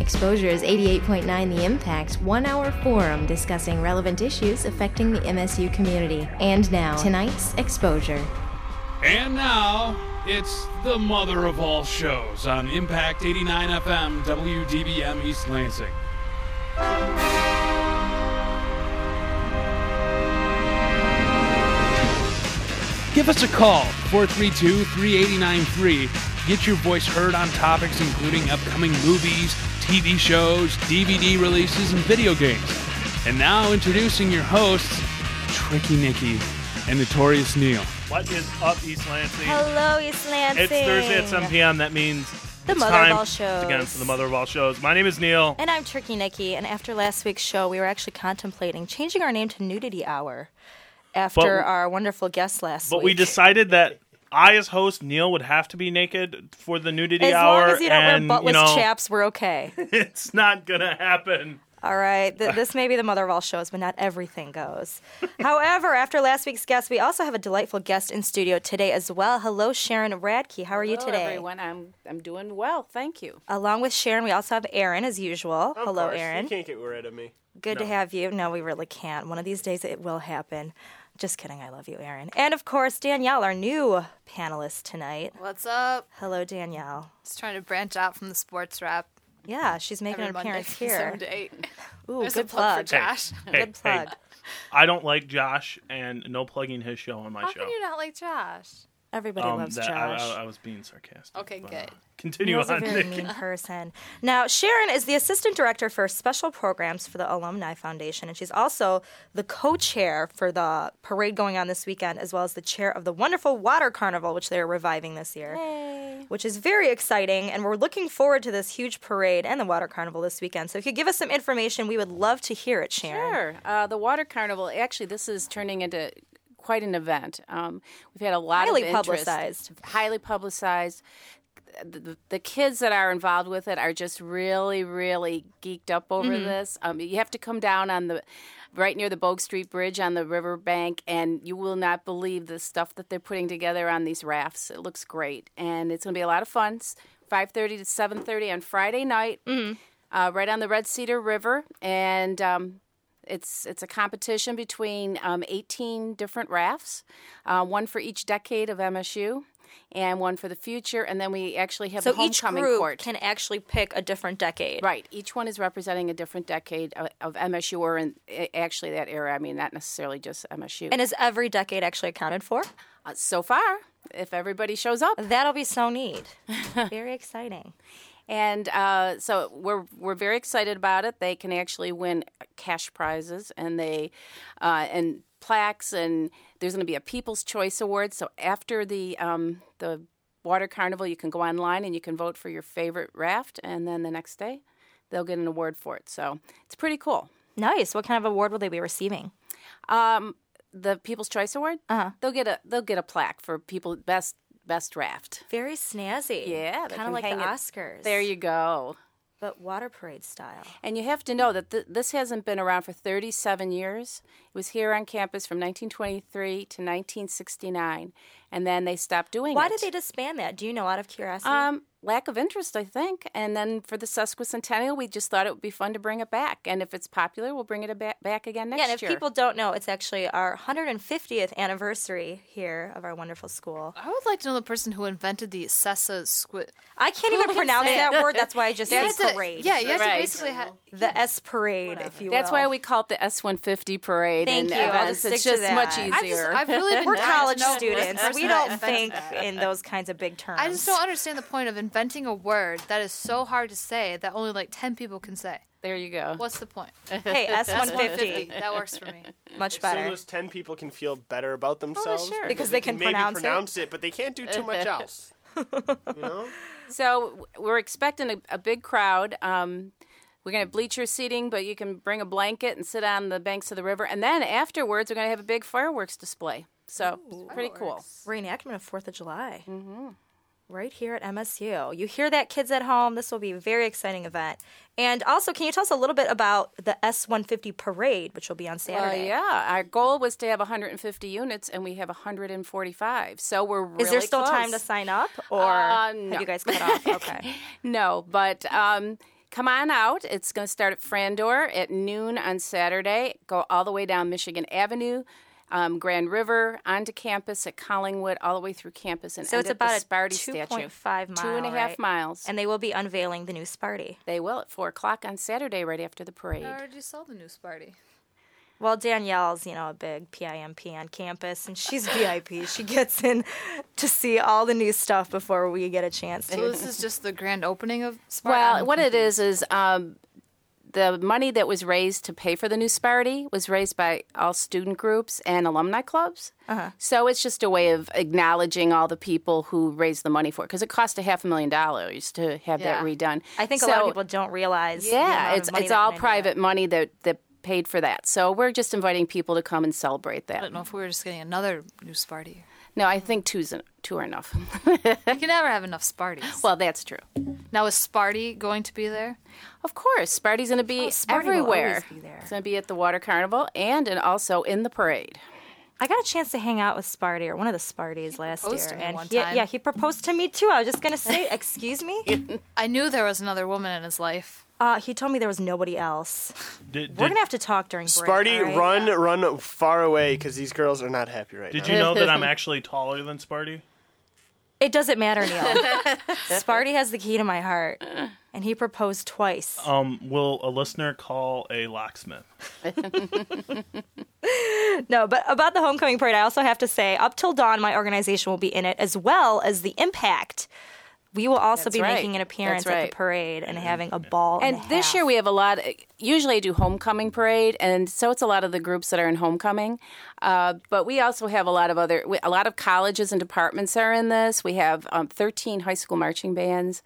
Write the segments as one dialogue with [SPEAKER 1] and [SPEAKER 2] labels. [SPEAKER 1] Exposure's 88.9 The Impact one hour forum discussing relevant issues affecting the MSU community. And now, tonight's Exposure.
[SPEAKER 2] And now it's the mother of all shows on Impact 89 FM WDBM East Lansing. Give us a call 432 3893. Get your voice heard on topics including upcoming movies, TV shows, DVD releases, and video games. And now introducing your hosts, Tricky Nicky and Notorious Neil.
[SPEAKER 3] What is up, East Lansing?
[SPEAKER 4] Hello, East Lansing.
[SPEAKER 3] It's Thursday at 7 p.m. That means
[SPEAKER 4] The
[SPEAKER 3] it's
[SPEAKER 4] Mother of
[SPEAKER 3] time
[SPEAKER 4] All Shows.
[SPEAKER 3] Again, for the mother of all shows. My name is Neil.
[SPEAKER 4] And I'm Tricky Nikki. And after last week's show, we were actually contemplating changing our name to Nudity Hour after
[SPEAKER 3] But-
[SPEAKER 4] our wonderful guest last
[SPEAKER 3] But
[SPEAKER 4] week.
[SPEAKER 3] we decided that I, as host, Neil would have to be naked for the nudity
[SPEAKER 4] As
[SPEAKER 3] hour.
[SPEAKER 4] long as you don't
[SPEAKER 3] and,
[SPEAKER 4] wear buttless
[SPEAKER 3] you know,
[SPEAKER 4] chaps, we're okay.
[SPEAKER 3] It's not gonna happen.
[SPEAKER 4] All right. Th- this may be the mother of all shows, but not everything goes. However, after last week's guest, we also have a delightful guest in studio today as well. Hello, Sharon Radke. How are you
[SPEAKER 5] Hello,
[SPEAKER 4] today?
[SPEAKER 5] everyone. I'm I'm doing well, thank you.
[SPEAKER 4] Along with Sharon, we also have Aaron as usual. Oh, Hello, Aaron.
[SPEAKER 6] You can't get rid of me.
[SPEAKER 4] Good to have you. No, we really can't. One of these days it will happen. Just kidding. I love you, Aaron. And of course, Danielle, our new panelist tonight.
[SPEAKER 7] What's up?
[SPEAKER 4] Hello, Danielle.
[SPEAKER 7] Just trying to branch out from the sports wrap.
[SPEAKER 4] Yeah, she's making
[SPEAKER 7] Every
[SPEAKER 4] an
[SPEAKER 7] Monday
[SPEAKER 4] appearance
[SPEAKER 7] from
[SPEAKER 4] here.
[SPEAKER 7] seven to eight.
[SPEAKER 4] Ooh,
[SPEAKER 7] There's
[SPEAKER 4] good
[SPEAKER 7] a plug
[SPEAKER 4] plug.
[SPEAKER 7] for Josh.
[SPEAKER 3] Hey,
[SPEAKER 4] Good plug.
[SPEAKER 3] Hey, I don't like Josh, and no plugging his show on my
[SPEAKER 7] How
[SPEAKER 3] show.
[SPEAKER 7] can you not like Josh?
[SPEAKER 4] Everybody
[SPEAKER 3] Um,
[SPEAKER 4] loves
[SPEAKER 3] that- I-
[SPEAKER 4] Josh. Oh,
[SPEAKER 3] I, I was being sarcastic.
[SPEAKER 7] Okay,
[SPEAKER 3] but,
[SPEAKER 7] good.
[SPEAKER 3] uh, continue
[SPEAKER 4] Neil's a
[SPEAKER 3] on.
[SPEAKER 4] very mean person. Now, Sharon is the assistant director for special programs for the Alumni Foundation, and she's also the co-chair for the parade going on this weekend, as well as the chair of the wonderful Water Carnival, which they're reviving this year, which is very exciting. And we're looking forward to this huge parade and the Water Carnival this weekend. So, if you give us some information, we would love to hear it, Sharon.
[SPEAKER 5] Sure. Uh, the water carnival. Actually, this is turning into quite an event. Um, we've had a lot
[SPEAKER 4] Highly
[SPEAKER 5] of interest,
[SPEAKER 4] publicized.
[SPEAKER 5] highly publicized. The, the, the kids that are involved with it are just really, really geeked up over
[SPEAKER 4] Mm-hmm.
[SPEAKER 5] this. Um, you have to come down on the right near the Bogue Street Bridge on the riverbank, and you will not believe the stuff that they're putting together on these rafts. It looks great, and it's going to be a lot of fun. It's 5:30 to 7:30 on Friday night,
[SPEAKER 4] Mm-hmm.
[SPEAKER 5] uh, right on the Red Cedar River, and um, it's it's a competition between um, 18 different rafts, uh, one for each decade of MSU, and one for the future. And then we actually have
[SPEAKER 4] So
[SPEAKER 5] a
[SPEAKER 4] each
[SPEAKER 5] homecoming
[SPEAKER 4] group
[SPEAKER 5] court.
[SPEAKER 4] can actually pick a different decade.
[SPEAKER 5] Right. Each one is representing a different decade of, of MSU, or in, a- actually that era. I mean, not necessarily just MSU.
[SPEAKER 4] And is every decade actually accounted for?
[SPEAKER 5] uh, so far, if everybody shows up,
[SPEAKER 4] That'll be so neat. Very exciting.
[SPEAKER 5] And uh, so we're we're very excited about it. They can actually win cash prizes and they uh, and plaques and there's going to be a People's Choice Award. So after the um, the Water Carnival, you can go online and you can vote for your favorite raft, and then the next day they'll get an award for it. So it's pretty cool.
[SPEAKER 4] Nice. What kind of award will they be receiving? Uh-huh.
[SPEAKER 5] Um, the People's Choice Award, they'll get a they'll get a plaque for people best best raft.
[SPEAKER 4] Very snazzy.
[SPEAKER 5] Yeah,
[SPEAKER 4] kind
[SPEAKER 5] they
[SPEAKER 4] of
[SPEAKER 5] can
[SPEAKER 4] like the
[SPEAKER 5] hang it-
[SPEAKER 4] Oscars.
[SPEAKER 5] There you go.
[SPEAKER 4] But water parade style.
[SPEAKER 5] And you have to know that th- this hasn't been around for 37 years. It was here on campus from 1923 to 1969, and then they stopped doing
[SPEAKER 4] Why
[SPEAKER 5] it.
[SPEAKER 4] did they disband that? Do you know out of curiosity?
[SPEAKER 5] Um, lack of interest, I think. And then for the sesquicentennial, we just thought it would be fun to bring it back. And if it's popular, we'll bring it ba- back again next
[SPEAKER 4] yeah, and if
[SPEAKER 5] year.
[SPEAKER 4] people don't know, it's actually our 150th anniversary here of our wonderful school.
[SPEAKER 7] I would like to know the person who invented the Sessa squid.
[SPEAKER 4] I can't even pronounce that word. That's why I just
[SPEAKER 7] You
[SPEAKER 4] said
[SPEAKER 7] had to-
[SPEAKER 4] parade.
[SPEAKER 7] Yeah, you have
[SPEAKER 5] Right.
[SPEAKER 7] to basically have.
[SPEAKER 4] The S parade, if you will.
[SPEAKER 5] That's why we call it the S150 parade.
[SPEAKER 4] Thank
[SPEAKER 5] and
[SPEAKER 4] you. I'll
[SPEAKER 5] events.
[SPEAKER 4] just
[SPEAKER 5] it's
[SPEAKER 4] stick to
[SPEAKER 5] just
[SPEAKER 4] that.
[SPEAKER 5] much
[SPEAKER 4] I've
[SPEAKER 5] easier.
[SPEAKER 4] just-
[SPEAKER 7] I've, just, I've really been
[SPEAKER 4] We're
[SPEAKER 7] dying to
[SPEAKER 4] college
[SPEAKER 7] know the
[SPEAKER 4] students.
[SPEAKER 7] person that
[SPEAKER 4] We don't
[SPEAKER 7] invented
[SPEAKER 4] think
[SPEAKER 7] that.
[SPEAKER 4] in those kinds of big terms.
[SPEAKER 7] I just don't understand the point of inventing a word that is so hard to say that only like 10 people can say.
[SPEAKER 5] there you go.
[SPEAKER 7] What's the point?
[SPEAKER 4] Hey, S150.
[SPEAKER 7] 150. That works for me. Oh,
[SPEAKER 4] Much
[SPEAKER 6] So
[SPEAKER 4] better.
[SPEAKER 6] those ten people can feel better about themselves
[SPEAKER 5] sure.
[SPEAKER 4] Because they can
[SPEAKER 6] maybe
[SPEAKER 4] pronounce it.
[SPEAKER 6] it. but they can't do too much else. you know,
[SPEAKER 5] So w- we're expecting a, a big crowd. Um, we're going to bleacher seating, but you can bring a blanket and sit on the banks of the river. And then afterwards, we're going to have a big fireworks display. So it's pretty cool.
[SPEAKER 4] reenactment of Fourth of July. Mm-hmm. Right here at MSU. You hear that, kids at home? This will be a very exciting event. And also, can you tell us a little bit about the S 150 parade, which will be on
[SPEAKER 5] Uh,
[SPEAKER 4] Saturday?
[SPEAKER 5] yeah, our goal was to have 150 units, and we have 145. So we're really
[SPEAKER 4] Is there still time to
[SPEAKER 5] close.
[SPEAKER 4] sign up, or
[SPEAKER 5] Uh,
[SPEAKER 4] have
[SPEAKER 5] no.
[SPEAKER 4] you guys cut off? Okay.
[SPEAKER 5] No, but um, come on out. It's going to start at Frandor at noon on Saturday. Go all the way down Michigan Avenue, um, Grand River, onto campus at Collingwood, all the way through campus, and
[SPEAKER 4] So
[SPEAKER 5] end
[SPEAKER 4] it's
[SPEAKER 5] at the
[SPEAKER 4] about a
[SPEAKER 5] Sparty statue.
[SPEAKER 4] 2.5 mile.
[SPEAKER 5] Two and a half
[SPEAKER 4] right?
[SPEAKER 5] miles.
[SPEAKER 4] And they will be unveiling the new Sparty.
[SPEAKER 5] They will at four o'clock on Saturday, right after the parade.
[SPEAKER 7] I already saw the news party.
[SPEAKER 4] Well, Danielle's, you know, a big PIMP on campus, and she's VIP. She gets in to see all the new stuff before we get a chance
[SPEAKER 7] So
[SPEAKER 4] to.
[SPEAKER 7] this is just the grand opening of Spartan.
[SPEAKER 5] Well, what it is is um, the money that was raised to pay for the new Sparty was raised by all student groups and alumni clubs.
[SPEAKER 4] Uh-huh.
[SPEAKER 5] So it's just a way of acknowledging all the people who raised the money for it because it cost a half a million dollars to have that
[SPEAKER 7] Yeah.
[SPEAKER 5] redone.
[SPEAKER 4] I think a lot
[SPEAKER 5] So-
[SPEAKER 4] of people don't realize. the amount
[SPEAKER 5] Yeah,
[SPEAKER 4] of
[SPEAKER 5] it's
[SPEAKER 4] money
[SPEAKER 5] it's
[SPEAKER 4] that
[SPEAKER 5] all
[SPEAKER 4] went into that.
[SPEAKER 5] private money that that paid for that. So we're just inviting people to come and celebrate
[SPEAKER 7] I
[SPEAKER 5] that.
[SPEAKER 7] don't know if we were just getting another news party.
[SPEAKER 5] No, I think two's en- two are enough.
[SPEAKER 7] We can never have enough Sparties.
[SPEAKER 5] well, that's true.
[SPEAKER 7] now is Sparty going to be there?
[SPEAKER 5] Of course, Sparty's going to be
[SPEAKER 4] Oh, Sparty will
[SPEAKER 5] everywhere.
[SPEAKER 4] always be there.
[SPEAKER 5] It's going to be at the Water Carnival and, and also in the parade.
[SPEAKER 4] I got a chance to hang out with Sparty or one of the Sparties last year,
[SPEAKER 7] proposed to me
[SPEAKER 4] and
[SPEAKER 7] one
[SPEAKER 4] he-
[SPEAKER 7] time.
[SPEAKER 4] yeah, he proposed to me too. I was just gonna say, excuse me.
[SPEAKER 7] I knew there was another woman in his life.
[SPEAKER 4] Uh, he told me there was nobody else.
[SPEAKER 3] Did, did-
[SPEAKER 4] We're gonna have to talk during break.
[SPEAKER 6] Sparty,
[SPEAKER 4] all right?
[SPEAKER 6] run, run far away because these girls are not happy right
[SPEAKER 3] did
[SPEAKER 6] now.
[SPEAKER 3] you know that I'm actually taller than Sparty?
[SPEAKER 4] It doesn't matter, Neil. Sparty has the key to my heart, and he proposed twice.
[SPEAKER 3] Um, will a listener call a locksmith?
[SPEAKER 4] No, but about the homecoming parade, I also have to say, up till dawn, my organization will be in it, as well as the impact. We will also
[SPEAKER 5] That's
[SPEAKER 4] be
[SPEAKER 5] right.
[SPEAKER 4] making an appearance
[SPEAKER 5] That's
[SPEAKER 4] at
[SPEAKER 5] right.
[SPEAKER 4] the parade and having a ball.
[SPEAKER 5] And
[SPEAKER 4] a
[SPEAKER 5] this
[SPEAKER 4] half.
[SPEAKER 5] year we have a lot. Usually I do homecoming parade, and so it's a lot of the groups that are in homecoming. Uh, but we also have a lot of other, we- a lot of colleges and departments are in this. We have um, 13 high school marching bands,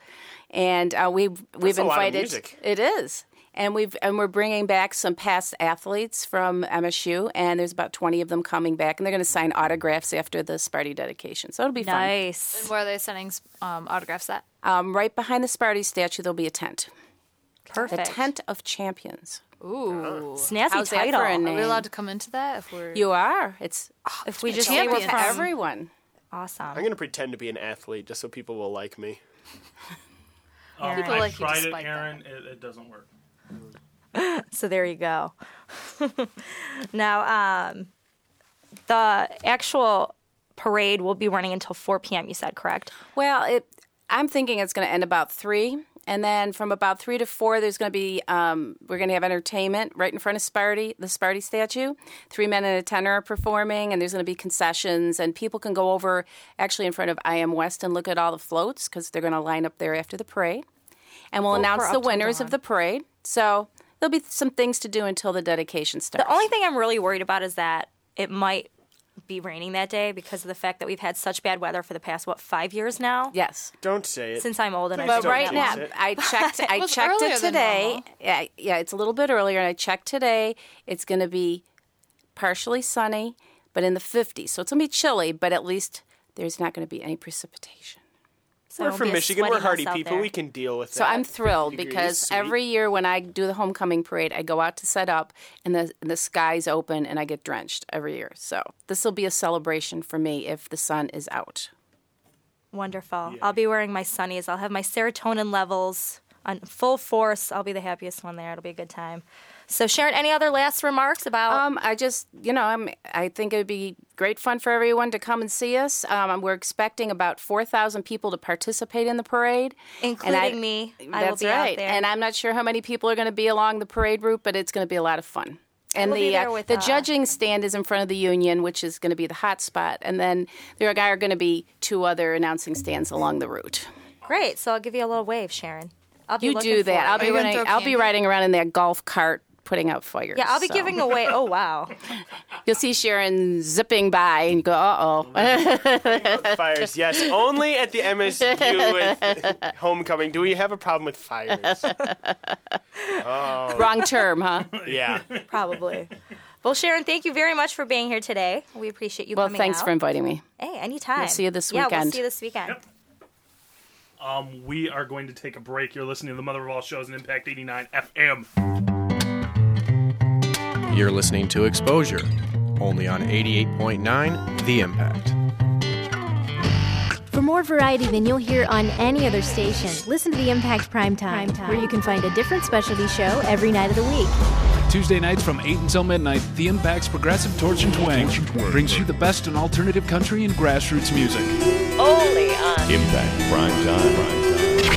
[SPEAKER 5] and uh, we've we've
[SPEAKER 6] a lot of
[SPEAKER 5] invited.
[SPEAKER 6] music.
[SPEAKER 5] It is. And we've and we're bringing back some past athletes from MSU, and there's about 20 of them coming back, and they're going to sign autographs after the Sparty dedication. So it'll be fun.
[SPEAKER 4] nice.
[SPEAKER 7] Where are they sending um, autographs at?
[SPEAKER 5] Um, right behind the Sparty statue, there'll be a tent. The
[SPEAKER 4] Perfect.
[SPEAKER 5] tent of champions.
[SPEAKER 7] Ooh.
[SPEAKER 4] Snazzy
[SPEAKER 5] How's that
[SPEAKER 4] title.
[SPEAKER 5] for a
[SPEAKER 7] Are we
[SPEAKER 5] name?
[SPEAKER 7] allowed to come into that if we're
[SPEAKER 5] You are. Oh, It's
[SPEAKER 4] if we just say we're
[SPEAKER 5] champions.
[SPEAKER 4] from
[SPEAKER 5] Everyone.
[SPEAKER 6] I'm
[SPEAKER 4] awesome.
[SPEAKER 6] going to pretend to be an athlete just so people will like me.
[SPEAKER 3] Um,
[SPEAKER 7] People
[SPEAKER 3] I
[SPEAKER 7] like you
[SPEAKER 3] tried it,
[SPEAKER 7] despite that.
[SPEAKER 3] Aaron. It, it doesn't work.
[SPEAKER 4] So there you go. now, um, the actual parade will be running until 4 p.m. You said correct?
[SPEAKER 5] Well, it, I'm thinking it's going to end about three, and then from about three to four, there's going to be um, we're going to have entertainment right in front of Sparty, the Sparty statue. Three men and a tenor are performing, and there's going to be concessions, and people can go over actually in front of I Am West and look at all the floats because they're going to line up there after the parade, and we'll announce
[SPEAKER 7] up
[SPEAKER 5] the
[SPEAKER 7] till
[SPEAKER 5] winners
[SPEAKER 7] dawn.
[SPEAKER 5] of the parade. So. There'll be some things to do until the dedication starts.
[SPEAKER 4] The only thing I'm really worried about is that it might be raining that day because of the fact that we've had such bad weather for the past what five years now.
[SPEAKER 5] yes.
[SPEAKER 6] Don't say it.
[SPEAKER 4] Since I'm old and I
[SPEAKER 5] But
[SPEAKER 4] still
[SPEAKER 5] right
[SPEAKER 4] don't
[SPEAKER 5] now,
[SPEAKER 6] jinx it.
[SPEAKER 5] I checked. I
[SPEAKER 7] was
[SPEAKER 5] checked
[SPEAKER 7] earlier
[SPEAKER 5] it
[SPEAKER 7] than
[SPEAKER 5] today.
[SPEAKER 7] normal.
[SPEAKER 5] Yeah, yeah, it's a little bit earlier, and I checked today. It's going to be partially sunny, but in the 50s. So it's going to be chilly, but at least there's not going to be any precipitation.
[SPEAKER 4] so I
[SPEAKER 6] we're
[SPEAKER 4] won't
[SPEAKER 6] from
[SPEAKER 4] be a
[SPEAKER 6] Michigan. We're
[SPEAKER 4] sweaty
[SPEAKER 6] hardy
[SPEAKER 4] mess out
[SPEAKER 6] people.
[SPEAKER 4] there.
[SPEAKER 6] We can deal with
[SPEAKER 5] So
[SPEAKER 6] that.
[SPEAKER 5] I'm thrilled
[SPEAKER 6] 50 degrees,
[SPEAKER 5] because
[SPEAKER 6] sweet.
[SPEAKER 5] every year when I do the homecoming parade, I go out to set up, and the the sky's open, and I get drenched every year. So this will be a celebration for me if the sun is out.
[SPEAKER 4] Wonderful. I'll be wearing my sunnies. I'll have my serotonin levels on full force. I'll be the happiest one there. It'll be a good time. So Sharon, any other last remarks about?
[SPEAKER 5] Um, I just, you know, I'm, I think it would be great fun for everyone to come and see us. Um, we're expecting about 4,000 people to participate in the parade. And I-
[SPEAKER 4] Including me. I will
[SPEAKER 5] That's
[SPEAKER 4] be out
[SPEAKER 5] right.
[SPEAKER 4] there.
[SPEAKER 5] And I'm not sure how many people are going to be along the parade route, but it's going to be a lot of fun. And
[SPEAKER 4] We'll
[SPEAKER 5] the
[SPEAKER 4] be there with,
[SPEAKER 5] the
[SPEAKER 4] uh,
[SPEAKER 5] judging stand is in front of the union, which is going to be the hot spot. And then there are going to be two other announcing stands along the route.
[SPEAKER 4] Great. So I'll give you a little wave, Sharon. I'll be
[SPEAKER 5] You
[SPEAKER 4] looking
[SPEAKER 5] do that.
[SPEAKER 4] forward.
[SPEAKER 5] I'll
[SPEAKER 7] Are
[SPEAKER 5] be
[SPEAKER 7] you gonna
[SPEAKER 5] running,
[SPEAKER 7] throw
[SPEAKER 5] I'll be
[SPEAKER 7] candy?
[SPEAKER 5] riding around in that golf cart putting out fires.
[SPEAKER 4] yeah, I'll be
[SPEAKER 5] so.
[SPEAKER 4] giving away. Oh wow.
[SPEAKER 5] You'll see Sharon zipping by and you go, uh oh.
[SPEAKER 6] fires, yes, only at the MSU with homecoming. Do we have a problem with fires? Oh,
[SPEAKER 5] Wrong term, huh?
[SPEAKER 6] Yeah.
[SPEAKER 4] Probably. Well, Sharon, thank you very much for being here today. We appreciate you
[SPEAKER 5] Well,
[SPEAKER 4] coming
[SPEAKER 5] thanks
[SPEAKER 4] out.
[SPEAKER 5] for inviting me.
[SPEAKER 4] Hey, anytime.
[SPEAKER 5] We'll see you this
[SPEAKER 4] Yeah, we'll
[SPEAKER 5] weekend.
[SPEAKER 4] see you this weekend.
[SPEAKER 3] Yep. Um, we are going to take a break. You're listening to the Mother of All Shows and Impact 89 FM.
[SPEAKER 8] You're listening to Exposure, only on 88.9 The Impact.
[SPEAKER 1] For more variety than you'll hear on any other station, listen to the Impact Primetime, Time, where you can find a different specialty show every night of the week.
[SPEAKER 2] Tuesday nights from 8 until midnight, The Impact's Progressive Torch and Twang brings you the best in alternative country and grassroots music.
[SPEAKER 9] Only on
[SPEAKER 10] Impact Prime Time.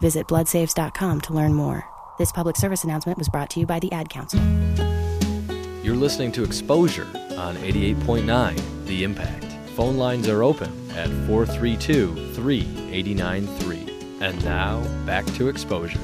[SPEAKER 11] Visit bloodsaves.com to learn more. This public service announcement was brought to you by the Ad Council.
[SPEAKER 12] You're listening to Exposure on 88.9 The Impact. Phone lines are open at 432 3893. And now, back to Exposure.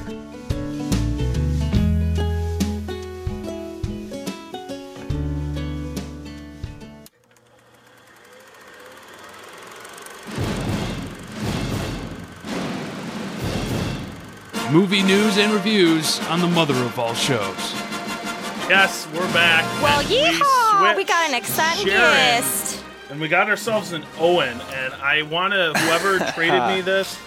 [SPEAKER 2] Movie news and reviews on the mother of all shows.
[SPEAKER 3] Yes, we're back.
[SPEAKER 4] Well,
[SPEAKER 3] And
[SPEAKER 4] yeehaw!
[SPEAKER 3] switched
[SPEAKER 4] We got an exciting
[SPEAKER 3] Sharon.
[SPEAKER 4] guest.
[SPEAKER 3] And we got ourselves an Owen, and I want to, whoever traded me this,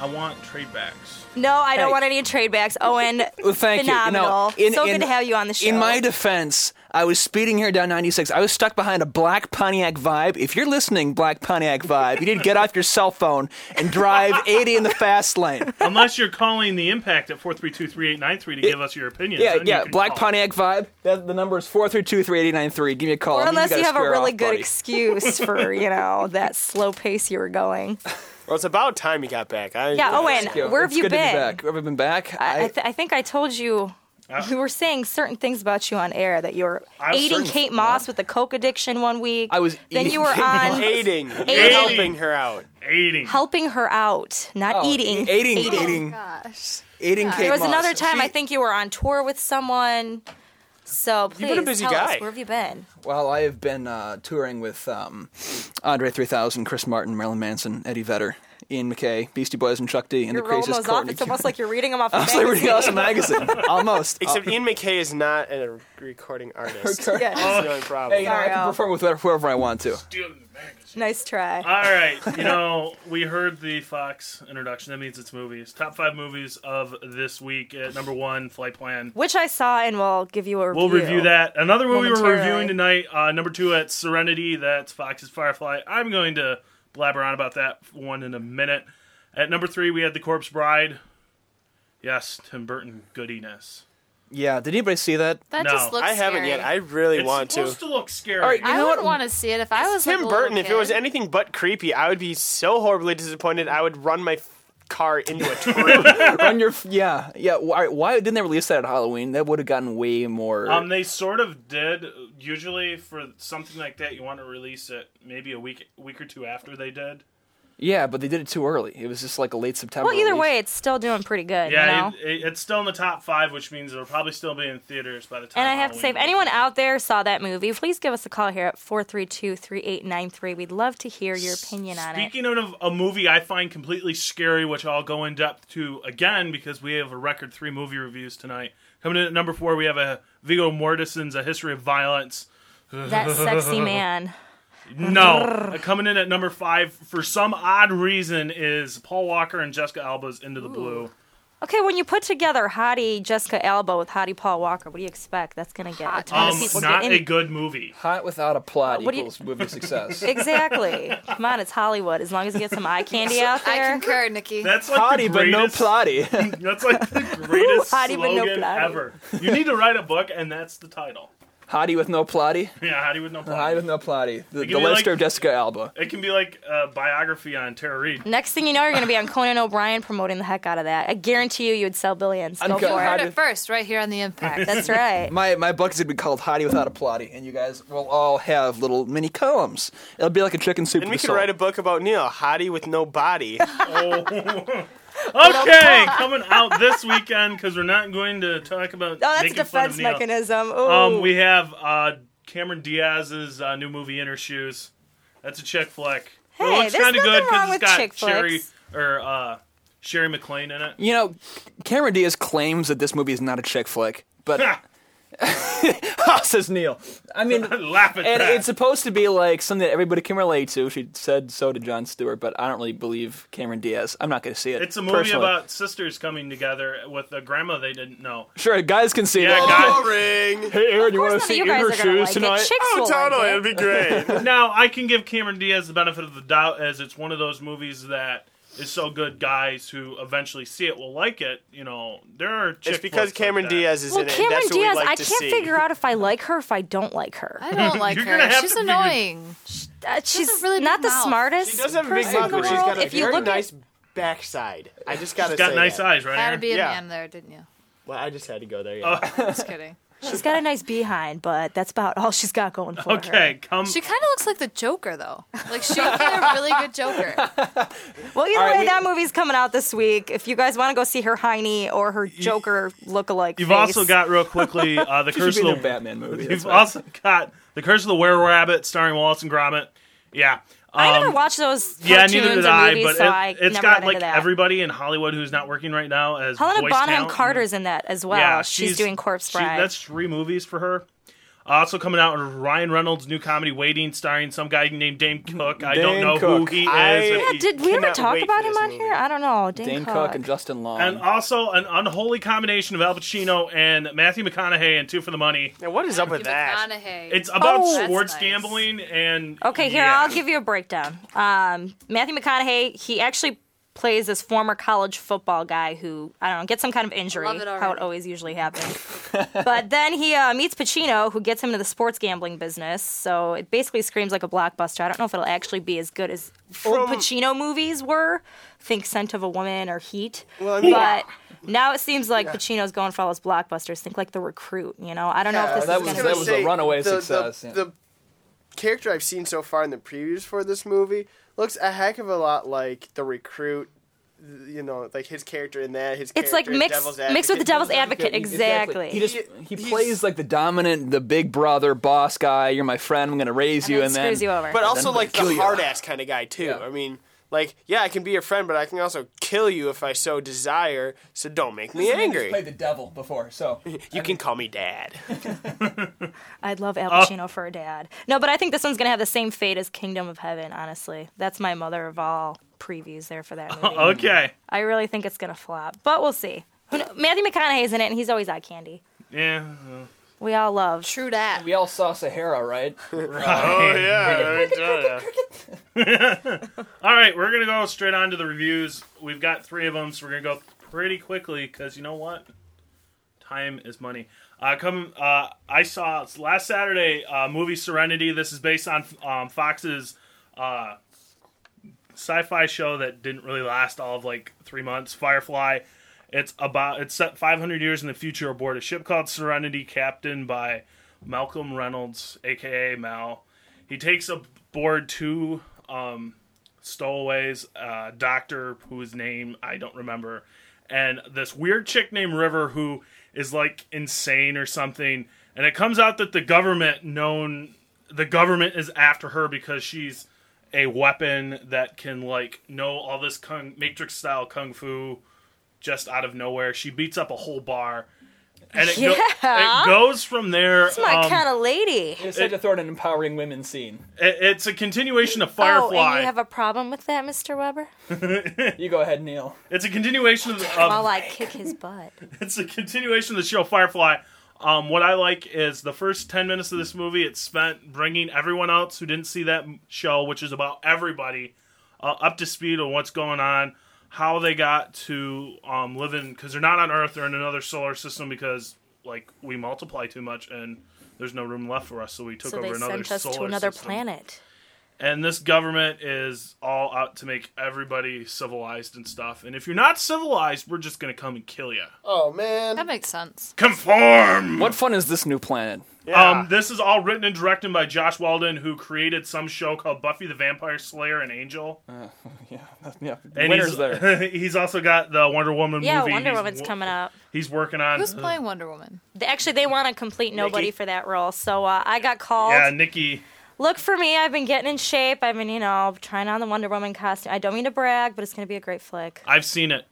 [SPEAKER 3] I want trade backs.
[SPEAKER 4] No, I don't
[SPEAKER 3] Hey.
[SPEAKER 4] want any trade backs. Owen,
[SPEAKER 13] Well, thank
[SPEAKER 4] phenomenal.
[SPEAKER 13] you. you know, in-
[SPEAKER 4] so
[SPEAKER 13] in-
[SPEAKER 4] good to have you on the show.
[SPEAKER 13] In my defense, I was speeding here down 96. I was stuck behind a black Pontiac Vibe. If you're listening, black Pontiac Vibe, you need to get off your cell phone and drive 80 in the fast lane.
[SPEAKER 3] Unless you're calling the impact at 432-3893 to give us your opinion.
[SPEAKER 13] Yeah,
[SPEAKER 3] then you
[SPEAKER 13] yeah,
[SPEAKER 3] can
[SPEAKER 13] black
[SPEAKER 3] call.
[SPEAKER 13] Pontiac Vibe. That, the number is 432 Give me a call.
[SPEAKER 4] or
[SPEAKER 13] I mean,
[SPEAKER 4] unless you,
[SPEAKER 13] gotta
[SPEAKER 4] have a
[SPEAKER 13] square
[SPEAKER 4] really
[SPEAKER 13] off,
[SPEAKER 4] good
[SPEAKER 13] buddy.
[SPEAKER 4] excuse for, you know, that slow pace you were going.
[SPEAKER 6] Well, it's about time you got back. I,
[SPEAKER 4] Yeah, Owen,
[SPEAKER 13] Thank you.
[SPEAKER 4] where have
[SPEAKER 13] It's
[SPEAKER 4] you
[SPEAKER 13] good to be
[SPEAKER 4] been?
[SPEAKER 13] back. Have I been back?
[SPEAKER 4] I, I, th- I think I told you we were saying certain things about you on air that you were
[SPEAKER 13] I was
[SPEAKER 4] aiding
[SPEAKER 13] certain-
[SPEAKER 4] Kate Moss with the coke addiction one week.
[SPEAKER 13] I was
[SPEAKER 4] Then
[SPEAKER 13] eating
[SPEAKER 4] you were on
[SPEAKER 6] aiding. You're
[SPEAKER 4] Aiding.
[SPEAKER 6] helping her out.
[SPEAKER 3] Aiding.
[SPEAKER 4] helping her out, not
[SPEAKER 13] Oh,
[SPEAKER 4] eating.
[SPEAKER 13] Aiding, aiding. gosh. Aiding Kate
[SPEAKER 4] there was
[SPEAKER 13] Moss.
[SPEAKER 4] another time
[SPEAKER 13] She-
[SPEAKER 4] I think you were on tour with someone. So please
[SPEAKER 13] You've been a busy
[SPEAKER 4] tell
[SPEAKER 13] guy.
[SPEAKER 4] us where have you been?
[SPEAKER 13] Well, I have been uh, touring with um, Andre 3000, Chris Martin, Marilyn Manson, Eddie Vedder, Ian McKay, Beastie Boys, and Chuck D. And
[SPEAKER 4] You're
[SPEAKER 13] the
[SPEAKER 4] rolling
[SPEAKER 13] craziest
[SPEAKER 4] those off.
[SPEAKER 13] Courtney
[SPEAKER 4] It's almost like you're reading them off.
[SPEAKER 13] I was like reading off a magazine. Almost.
[SPEAKER 6] Except
[SPEAKER 4] Oh.
[SPEAKER 13] Uh,
[SPEAKER 6] Ian Mckay is not a recording artist.
[SPEAKER 13] Recording-
[SPEAKER 6] That's
[SPEAKER 13] Oh.
[SPEAKER 6] the only problem.
[SPEAKER 13] hey, you know, I can perform with whoever- whoever I want to.
[SPEAKER 4] Nice try.
[SPEAKER 3] All right, you know, we heard the Fox introduction. That means it's movies. Top five movies of this week. At number one, Flight Plan.
[SPEAKER 4] Which I saw and we'll give you a review.
[SPEAKER 3] We'll review that. Another movie we're
[SPEAKER 4] momentarily.
[SPEAKER 3] reviewing tonight, uh, number two at Serenity. That's Fox's Firefly. I'm going to blabber on about that one in a minute. At number three, we had The Corpse Bride. Yes, Tim Burton goodiness.
[SPEAKER 13] Yeah, did anybody see that?
[SPEAKER 3] That No, just looks
[SPEAKER 6] I haven't
[SPEAKER 3] scary.
[SPEAKER 6] yet. I really
[SPEAKER 3] It's
[SPEAKER 6] want to.
[SPEAKER 3] supposed to look scary.
[SPEAKER 6] All right, you
[SPEAKER 7] I
[SPEAKER 6] know
[SPEAKER 7] would
[SPEAKER 6] what?
[SPEAKER 7] want to see it if I was
[SPEAKER 6] Tim
[SPEAKER 7] like, a
[SPEAKER 6] Burton,
[SPEAKER 7] little
[SPEAKER 6] if it was
[SPEAKER 7] kid.
[SPEAKER 6] anything but creepy, I would be so horribly disappointed. I would run my f- car into a tree.
[SPEAKER 13] Run your f- yeah yeah. Why, why didn't they release that at Halloween? That would have gotten way more.
[SPEAKER 3] Um, they sort of did. Usually, for something like that, you want to release it maybe a week, week or two after they did.
[SPEAKER 13] yeah, but they did it too early. It was just like a late September.
[SPEAKER 4] Well, either
[SPEAKER 13] release.
[SPEAKER 4] way, it's still doing pretty good. you know?
[SPEAKER 3] Yeah, it, it, it's still in the top five, which means it'll probably still be in theaters by the time.
[SPEAKER 4] And I have to say, if anyone out there saw that movie, please give us a call here at 432 3893. We'd love to hear your opinion on it.
[SPEAKER 3] Speaking of a movie I find completely scary, which I'll go in depth to again because we have a record three movie reviews tonight. Coming in at number four, we have a Vigo Mortensen's A History of Violence.
[SPEAKER 4] That sexy man.
[SPEAKER 3] No, coming in at number five for some odd reason is Paul Walker and Jessica Alba's Into the Blue.
[SPEAKER 4] Okay, when you put together Hottie Jessica Alba with Hottie Paul Walker, what do you expect? That's going to get a ton of
[SPEAKER 3] Um,
[SPEAKER 4] people.
[SPEAKER 3] not
[SPEAKER 4] get
[SPEAKER 3] a good movie.
[SPEAKER 13] Hot without a plot
[SPEAKER 4] What do you-
[SPEAKER 13] equals movie success.
[SPEAKER 4] exactly. Come on, it's Hollywood. As long as you get some eye candy out
[SPEAKER 7] I
[SPEAKER 4] there.
[SPEAKER 7] concur, Nikki.
[SPEAKER 3] That's like the
[SPEAKER 13] Hottie, but no
[SPEAKER 3] greatest-
[SPEAKER 13] plotty.
[SPEAKER 3] That's like the greatest
[SPEAKER 4] Hottie but no
[SPEAKER 3] slogan
[SPEAKER 4] plotty.
[SPEAKER 3] ever. You need to write a book, and that's the title.
[SPEAKER 13] Hottie with no plotty.
[SPEAKER 3] Yeah, how do you with no plot?
[SPEAKER 13] Hottie with no plotty. The,
[SPEAKER 3] It
[SPEAKER 13] the
[SPEAKER 3] can be
[SPEAKER 13] Lester
[SPEAKER 3] like-
[SPEAKER 13] of Jessica Alba.
[SPEAKER 3] It can be like a biography on Tara Reid.
[SPEAKER 4] Next thing you know, you're going to be on Conan O'Brien promoting the heck out of that. I guarantee you, you would sell billions. Go
[SPEAKER 13] Uncut
[SPEAKER 4] for
[SPEAKER 13] Hottie
[SPEAKER 4] it.
[SPEAKER 13] with-
[SPEAKER 4] first, right here on the Impact. That's right.
[SPEAKER 13] My my book is gonna be called Hottie Without a Plotty, and you guys will all have little mini columns. It'll be like a chicken soup.
[SPEAKER 6] And
[SPEAKER 13] for
[SPEAKER 6] we
[SPEAKER 13] the
[SPEAKER 6] could
[SPEAKER 13] soul.
[SPEAKER 6] write a book about Neil, hottie with no body.
[SPEAKER 3] Okay, coming out this weekend because we're not going to talk about.
[SPEAKER 4] Oh, that's a
[SPEAKER 3] making
[SPEAKER 4] defense
[SPEAKER 3] fun of Neil.
[SPEAKER 4] mechanism. Ooh.
[SPEAKER 3] Um, we have uh, Cameron Diaz's uh, new movie Inner Shoes. That's a chick flick. It
[SPEAKER 4] Hey,
[SPEAKER 3] looks
[SPEAKER 4] there's
[SPEAKER 3] kinda
[SPEAKER 4] nothing
[SPEAKER 3] good 'cause
[SPEAKER 4] wrong
[SPEAKER 3] it's
[SPEAKER 4] with
[SPEAKER 3] got
[SPEAKER 4] chick
[SPEAKER 3] Sherry
[SPEAKER 4] flicks.
[SPEAKER 3] or uh, Sherry McLean in it.
[SPEAKER 13] You know, Cameron Diaz claims that this movie is not a chick flick, but says Neil. I mean,
[SPEAKER 3] laugh at
[SPEAKER 13] and
[SPEAKER 3] that.
[SPEAKER 13] it's supposed to be like something that everybody can relate to. She said so did John Stewart, but I don't really believe Cameron Diaz. I'm not going to see it.
[SPEAKER 3] It's a movie
[SPEAKER 13] personally.
[SPEAKER 3] about sisters coming together with a grandma they didn't know.
[SPEAKER 13] Sure, guys can see
[SPEAKER 3] Yeah,
[SPEAKER 13] it.
[SPEAKER 3] guys-
[SPEAKER 6] Boring.
[SPEAKER 13] Hey, Aaron, you
[SPEAKER 3] course none
[SPEAKER 13] want to
[SPEAKER 3] of
[SPEAKER 13] see
[SPEAKER 3] you guys
[SPEAKER 13] Inner
[SPEAKER 3] are gonna
[SPEAKER 13] Shoes
[SPEAKER 3] like it.
[SPEAKER 13] tonight?
[SPEAKER 3] Chicks Oh, will
[SPEAKER 6] totally, it'd be great.
[SPEAKER 3] now I can give Cameron Diaz the benefit of the doubt as it's one of those movies that is so good guys who eventually see it will like it. You know, there are chick
[SPEAKER 6] It's because
[SPEAKER 3] flicks like
[SPEAKER 6] Cameron
[SPEAKER 3] that.
[SPEAKER 6] Diaz is
[SPEAKER 4] well,
[SPEAKER 6] in it. and
[SPEAKER 4] Cameron
[SPEAKER 6] that's
[SPEAKER 4] Diaz,
[SPEAKER 6] what we like
[SPEAKER 4] I
[SPEAKER 6] to
[SPEAKER 4] can't
[SPEAKER 6] see.
[SPEAKER 4] figure out if I like her or if I don't like her.
[SPEAKER 7] I don't like
[SPEAKER 6] You're
[SPEAKER 7] her.
[SPEAKER 6] gonna have
[SPEAKER 7] She's
[SPEAKER 6] to figure-
[SPEAKER 7] annoying.
[SPEAKER 4] Uh,
[SPEAKER 7] She has
[SPEAKER 4] she's
[SPEAKER 7] a really
[SPEAKER 4] not
[SPEAKER 7] big
[SPEAKER 4] the
[SPEAKER 7] mouth.
[SPEAKER 4] smartest.
[SPEAKER 6] She does have a big
[SPEAKER 4] person
[SPEAKER 6] mouth,
[SPEAKER 4] in the
[SPEAKER 6] but she's
[SPEAKER 4] world.
[SPEAKER 6] got a
[SPEAKER 4] if you
[SPEAKER 6] very
[SPEAKER 4] look
[SPEAKER 6] nice
[SPEAKER 4] at,
[SPEAKER 6] backside. I just gotta
[SPEAKER 3] She's got
[SPEAKER 6] say
[SPEAKER 3] nice
[SPEAKER 6] that.
[SPEAKER 3] eyes, right?
[SPEAKER 7] Had to be a
[SPEAKER 6] Yeah.
[SPEAKER 7] man there, didn't you?
[SPEAKER 6] Well, I just had to go there. Yeah.
[SPEAKER 13] Oh.
[SPEAKER 7] Just kidding.
[SPEAKER 4] she's got a nice behind, but that's about all she's got going for her.
[SPEAKER 3] Okay, come.
[SPEAKER 7] She kind of looks like the Joker, though. Like she would be a really good Joker.
[SPEAKER 4] Well, either
[SPEAKER 13] All right,
[SPEAKER 4] way,
[SPEAKER 13] we-
[SPEAKER 4] that movie's coming out this week. If you guys want to go see her Heine or her Joker lookalike,
[SPEAKER 3] You've
[SPEAKER 4] face.
[SPEAKER 3] also got real quickly uh, the
[SPEAKER 13] She should
[SPEAKER 3] Curse
[SPEAKER 13] be
[SPEAKER 3] of
[SPEAKER 13] in
[SPEAKER 3] the
[SPEAKER 13] a Batman movie,
[SPEAKER 3] You've
[SPEAKER 13] that's right.
[SPEAKER 3] also got the Curse of the Were Rabbit starring Wallace and Gromit. Yeah,
[SPEAKER 4] I never
[SPEAKER 3] Um,
[SPEAKER 4] watched those.
[SPEAKER 3] Yeah,
[SPEAKER 4] cartoons
[SPEAKER 3] neither did
[SPEAKER 4] and
[SPEAKER 3] I.
[SPEAKER 4] Movies,
[SPEAKER 3] but
[SPEAKER 4] so
[SPEAKER 3] it,
[SPEAKER 4] I
[SPEAKER 3] has
[SPEAKER 4] never
[SPEAKER 3] got
[SPEAKER 4] got
[SPEAKER 3] like
[SPEAKER 4] into that.
[SPEAKER 3] everybody in Hollywood who's not working right now as
[SPEAKER 4] Helena
[SPEAKER 3] voice
[SPEAKER 4] Bonham
[SPEAKER 3] talent.
[SPEAKER 4] Carter's in that as well.
[SPEAKER 3] Yeah,
[SPEAKER 4] she's, doing Corpse
[SPEAKER 3] she-
[SPEAKER 4] Bride.
[SPEAKER 3] that's three movies for her. Uh, also coming out are Ryan Reynolds' new comedy Waiting, starring some guy named Dane Cook. I don't
[SPEAKER 13] Dane
[SPEAKER 3] know
[SPEAKER 13] Cook.
[SPEAKER 3] who he
[SPEAKER 6] I-
[SPEAKER 3] is. if
[SPEAKER 4] yeah,
[SPEAKER 3] he-
[SPEAKER 4] did we ever
[SPEAKER 6] cannot
[SPEAKER 4] talk
[SPEAKER 6] wait
[SPEAKER 4] about
[SPEAKER 6] for
[SPEAKER 4] him
[SPEAKER 6] this
[SPEAKER 4] on here? I don't know. Dane,
[SPEAKER 13] Dane Cook and Justin Long.
[SPEAKER 3] And also an unholy combination of Al Pacino and Matthew McConaughey and Two for the Money.
[SPEAKER 6] Now, what is up with that?
[SPEAKER 7] McConaughey.
[SPEAKER 3] It's about
[SPEAKER 4] Oh. That's
[SPEAKER 3] sports
[SPEAKER 7] nice.
[SPEAKER 3] gambling and
[SPEAKER 4] Okay, here
[SPEAKER 3] yeah.
[SPEAKER 4] I'll give you a breakdown. Um, Matthew McConaughey, he actually plays this former college football guy who I don't know gets some kind of injury,
[SPEAKER 7] Love it
[SPEAKER 4] how it
[SPEAKER 7] already.
[SPEAKER 4] always usually happens. but then he uh, meets Pacino, who gets him into the sports gambling business. So it basically screams like a blockbuster. I don't know if it'll actually be as good as
[SPEAKER 6] From-
[SPEAKER 4] old Pacino movies were. Think Scent of a Woman or Heat.
[SPEAKER 6] Well, I mean-
[SPEAKER 4] but now it seems like Pacino's going for all his blockbusters. Think like The Recruit. You know, I don't know if this
[SPEAKER 13] that
[SPEAKER 4] is
[SPEAKER 13] was-
[SPEAKER 4] going
[SPEAKER 13] that
[SPEAKER 4] to be.
[SPEAKER 13] was a runaway
[SPEAKER 6] the,
[SPEAKER 13] success,
[SPEAKER 6] The,
[SPEAKER 13] yeah.
[SPEAKER 6] the character I've seen so far in the previews for this movie looks a heck of a lot like the recruit. You know, like his character in that. His
[SPEAKER 4] It's like
[SPEAKER 6] character in
[SPEAKER 4] mixed
[SPEAKER 6] Devil's
[SPEAKER 4] mixed with the
[SPEAKER 6] Advocate.
[SPEAKER 4] Devil's Advocate, exactly.
[SPEAKER 13] He just he
[SPEAKER 6] He's-
[SPEAKER 13] plays like the dominant, the big brother, boss guy. You're my friend. I'm gonna raise
[SPEAKER 4] And
[SPEAKER 13] you,
[SPEAKER 4] then
[SPEAKER 13] and then
[SPEAKER 4] screws you over.
[SPEAKER 6] But also
[SPEAKER 13] then
[SPEAKER 6] like
[SPEAKER 13] kill
[SPEAKER 6] the
[SPEAKER 13] you.
[SPEAKER 6] hard ass kind of guy too.
[SPEAKER 13] Yeah.
[SPEAKER 6] I mean, like yeah, I can be your friend, but I can also kill you if I so desire. So don't make me angry.
[SPEAKER 13] Played the devil before, so
[SPEAKER 6] You can call me dad.
[SPEAKER 4] I'd love
[SPEAKER 3] Oh.
[SPEAKER 4] Al Pacino for a dad. No, but I think this one's gonna have the same fate as Kingdom of Heaven. Honestly, that's my mother of all previews there for that movie.
[SPEAKER 3] Okay.
[SPEAKER 4] I really think it's gonna flop, but we'll see. Who kn- Matthew McConaughey's in it, and he's always eye candy.
[SPEAKER 3] Yeah.
[SPEAKER 4] We all love.
[SPEAKER 7] True that.
[SPEAKER 13] we all saw Sahara, right?
[SPEAKER 6] Oh yeah.
[SPEAKER 3] All right, we're gonna go straight on to the reviews. We've got three of them, so we're gonna go pretty quickly because you know what? Time is money. Uh, come, uh, I saw last Saturday uh, movie Serenity. This is based on um, Fox's uh, sci-fi show that didn't really last all of like three months. Firefly. It's about it's set 500 years in the future aboard a ship called Serenity, captained by Malcolm Reynolds, aka Mal. He takes aboard two um, stowaways, uh, doctor whose name I don't remember, and this weird chick named River who is like insane or something. And it comes out that the government known the government is after her because she's a weapon that can like know all this kung, matrix style kung fu just out of nowhere. She beats up a whole bar. And it, go-
[SPEAKER 4] Yeah.
[SPEAKER 3] it goes from there.
[SPEAKER 4] That's my
[SPEAKER 3] um,
[SPEAKER 4] kind of lady.
[SPEAKER 13] It's like to throw in an empowering women scene.
[SPEAKER 3] it- it's a continuation of
[SPEAKER 4] Oh,
[SPEAKER 3] Firefly.
[SPEAKER 4] and you have a problem with that, Mr. Weber?
[SPEAKER 13] You go ahead, Neil.
[SPEAKER 3] It's a continuation of, the-
[SPEAKER 4] I'll
[SPEAKER 3] of
[SPEAKER 4] like kick his butt.
[SPEAKER 3] it's a continuation of the show Firefly. Um, what I like is the first ten minutes of this movie. It's spent bringing everyone else who didn't see that m- show, which is about everybody, uh, up to speed on what's going on, how they got to um, live in because they're not on Earth; they're in another solar system because like we multiply too much and there's no room left for us, so we took
[SPEAKER 4] so
[SPEAKER 3] over
[SPEAKER 4] they
[SPEAKER 3] another
[SPEAKER 4] sent us
[SPEAKER 3] solar
[SPEAKER 4] to another
[SPEAKER 3] system.
[SPEAKER 4] planet.
[SPEAKER 3] And this government is all out to make everybody civilized and stuff. And if you're not civilized, we're just gonna come and kill you.
[SPEAKER 6] Oh man,
[SPEAKER 7] that makes sense.
[SPEAKER 3] Conform.
[SPEAKER 13] What fun is this new planet?
[SPEAKER 3] Um, this is all written and directed by Josh Walden, who created some show called Buffy the Vampire Slayer and Angel.
[SPEAKER 13] Uh, yeah, yeah.
[SPEAKER 3] And
[SPEAKER 13] Winner's
[SPEAKER 3] he's,
[SPEAKER 13] there.
[SPEAKER 3] he's also got the Wonder Woman
[SPEAKER 4] Yeah,
[SPEAKER 3] movie.
[SPEAKER 4] Wonder
[SPEAKER 3] he's
[SPEAKER 4] Woman's
[SPEAKER 3] wo-
[SPEAKER 4] coming up.
[SPEAKER 3] He's working on.
[SPEAKER 7] Who's playing Wonder Woman?
[SPEAKER 4] They- Actually, they want to complete
[SPEAKER 3] uh,
[SPEAKER 4] nobody
[SPEAKER 3] Nikki?
[SPEAKER 4] for that role, so uh, I got called.
[SPEAKER 3] Yeah, Nikki.
[SPEAKER 4] Look for me. I've been getting in shape. I've been, you know, trying on the Wonder Woman costume. I don't mean to brag, but it's going to be a great flick.
[SPEAKER 3] I've seen it.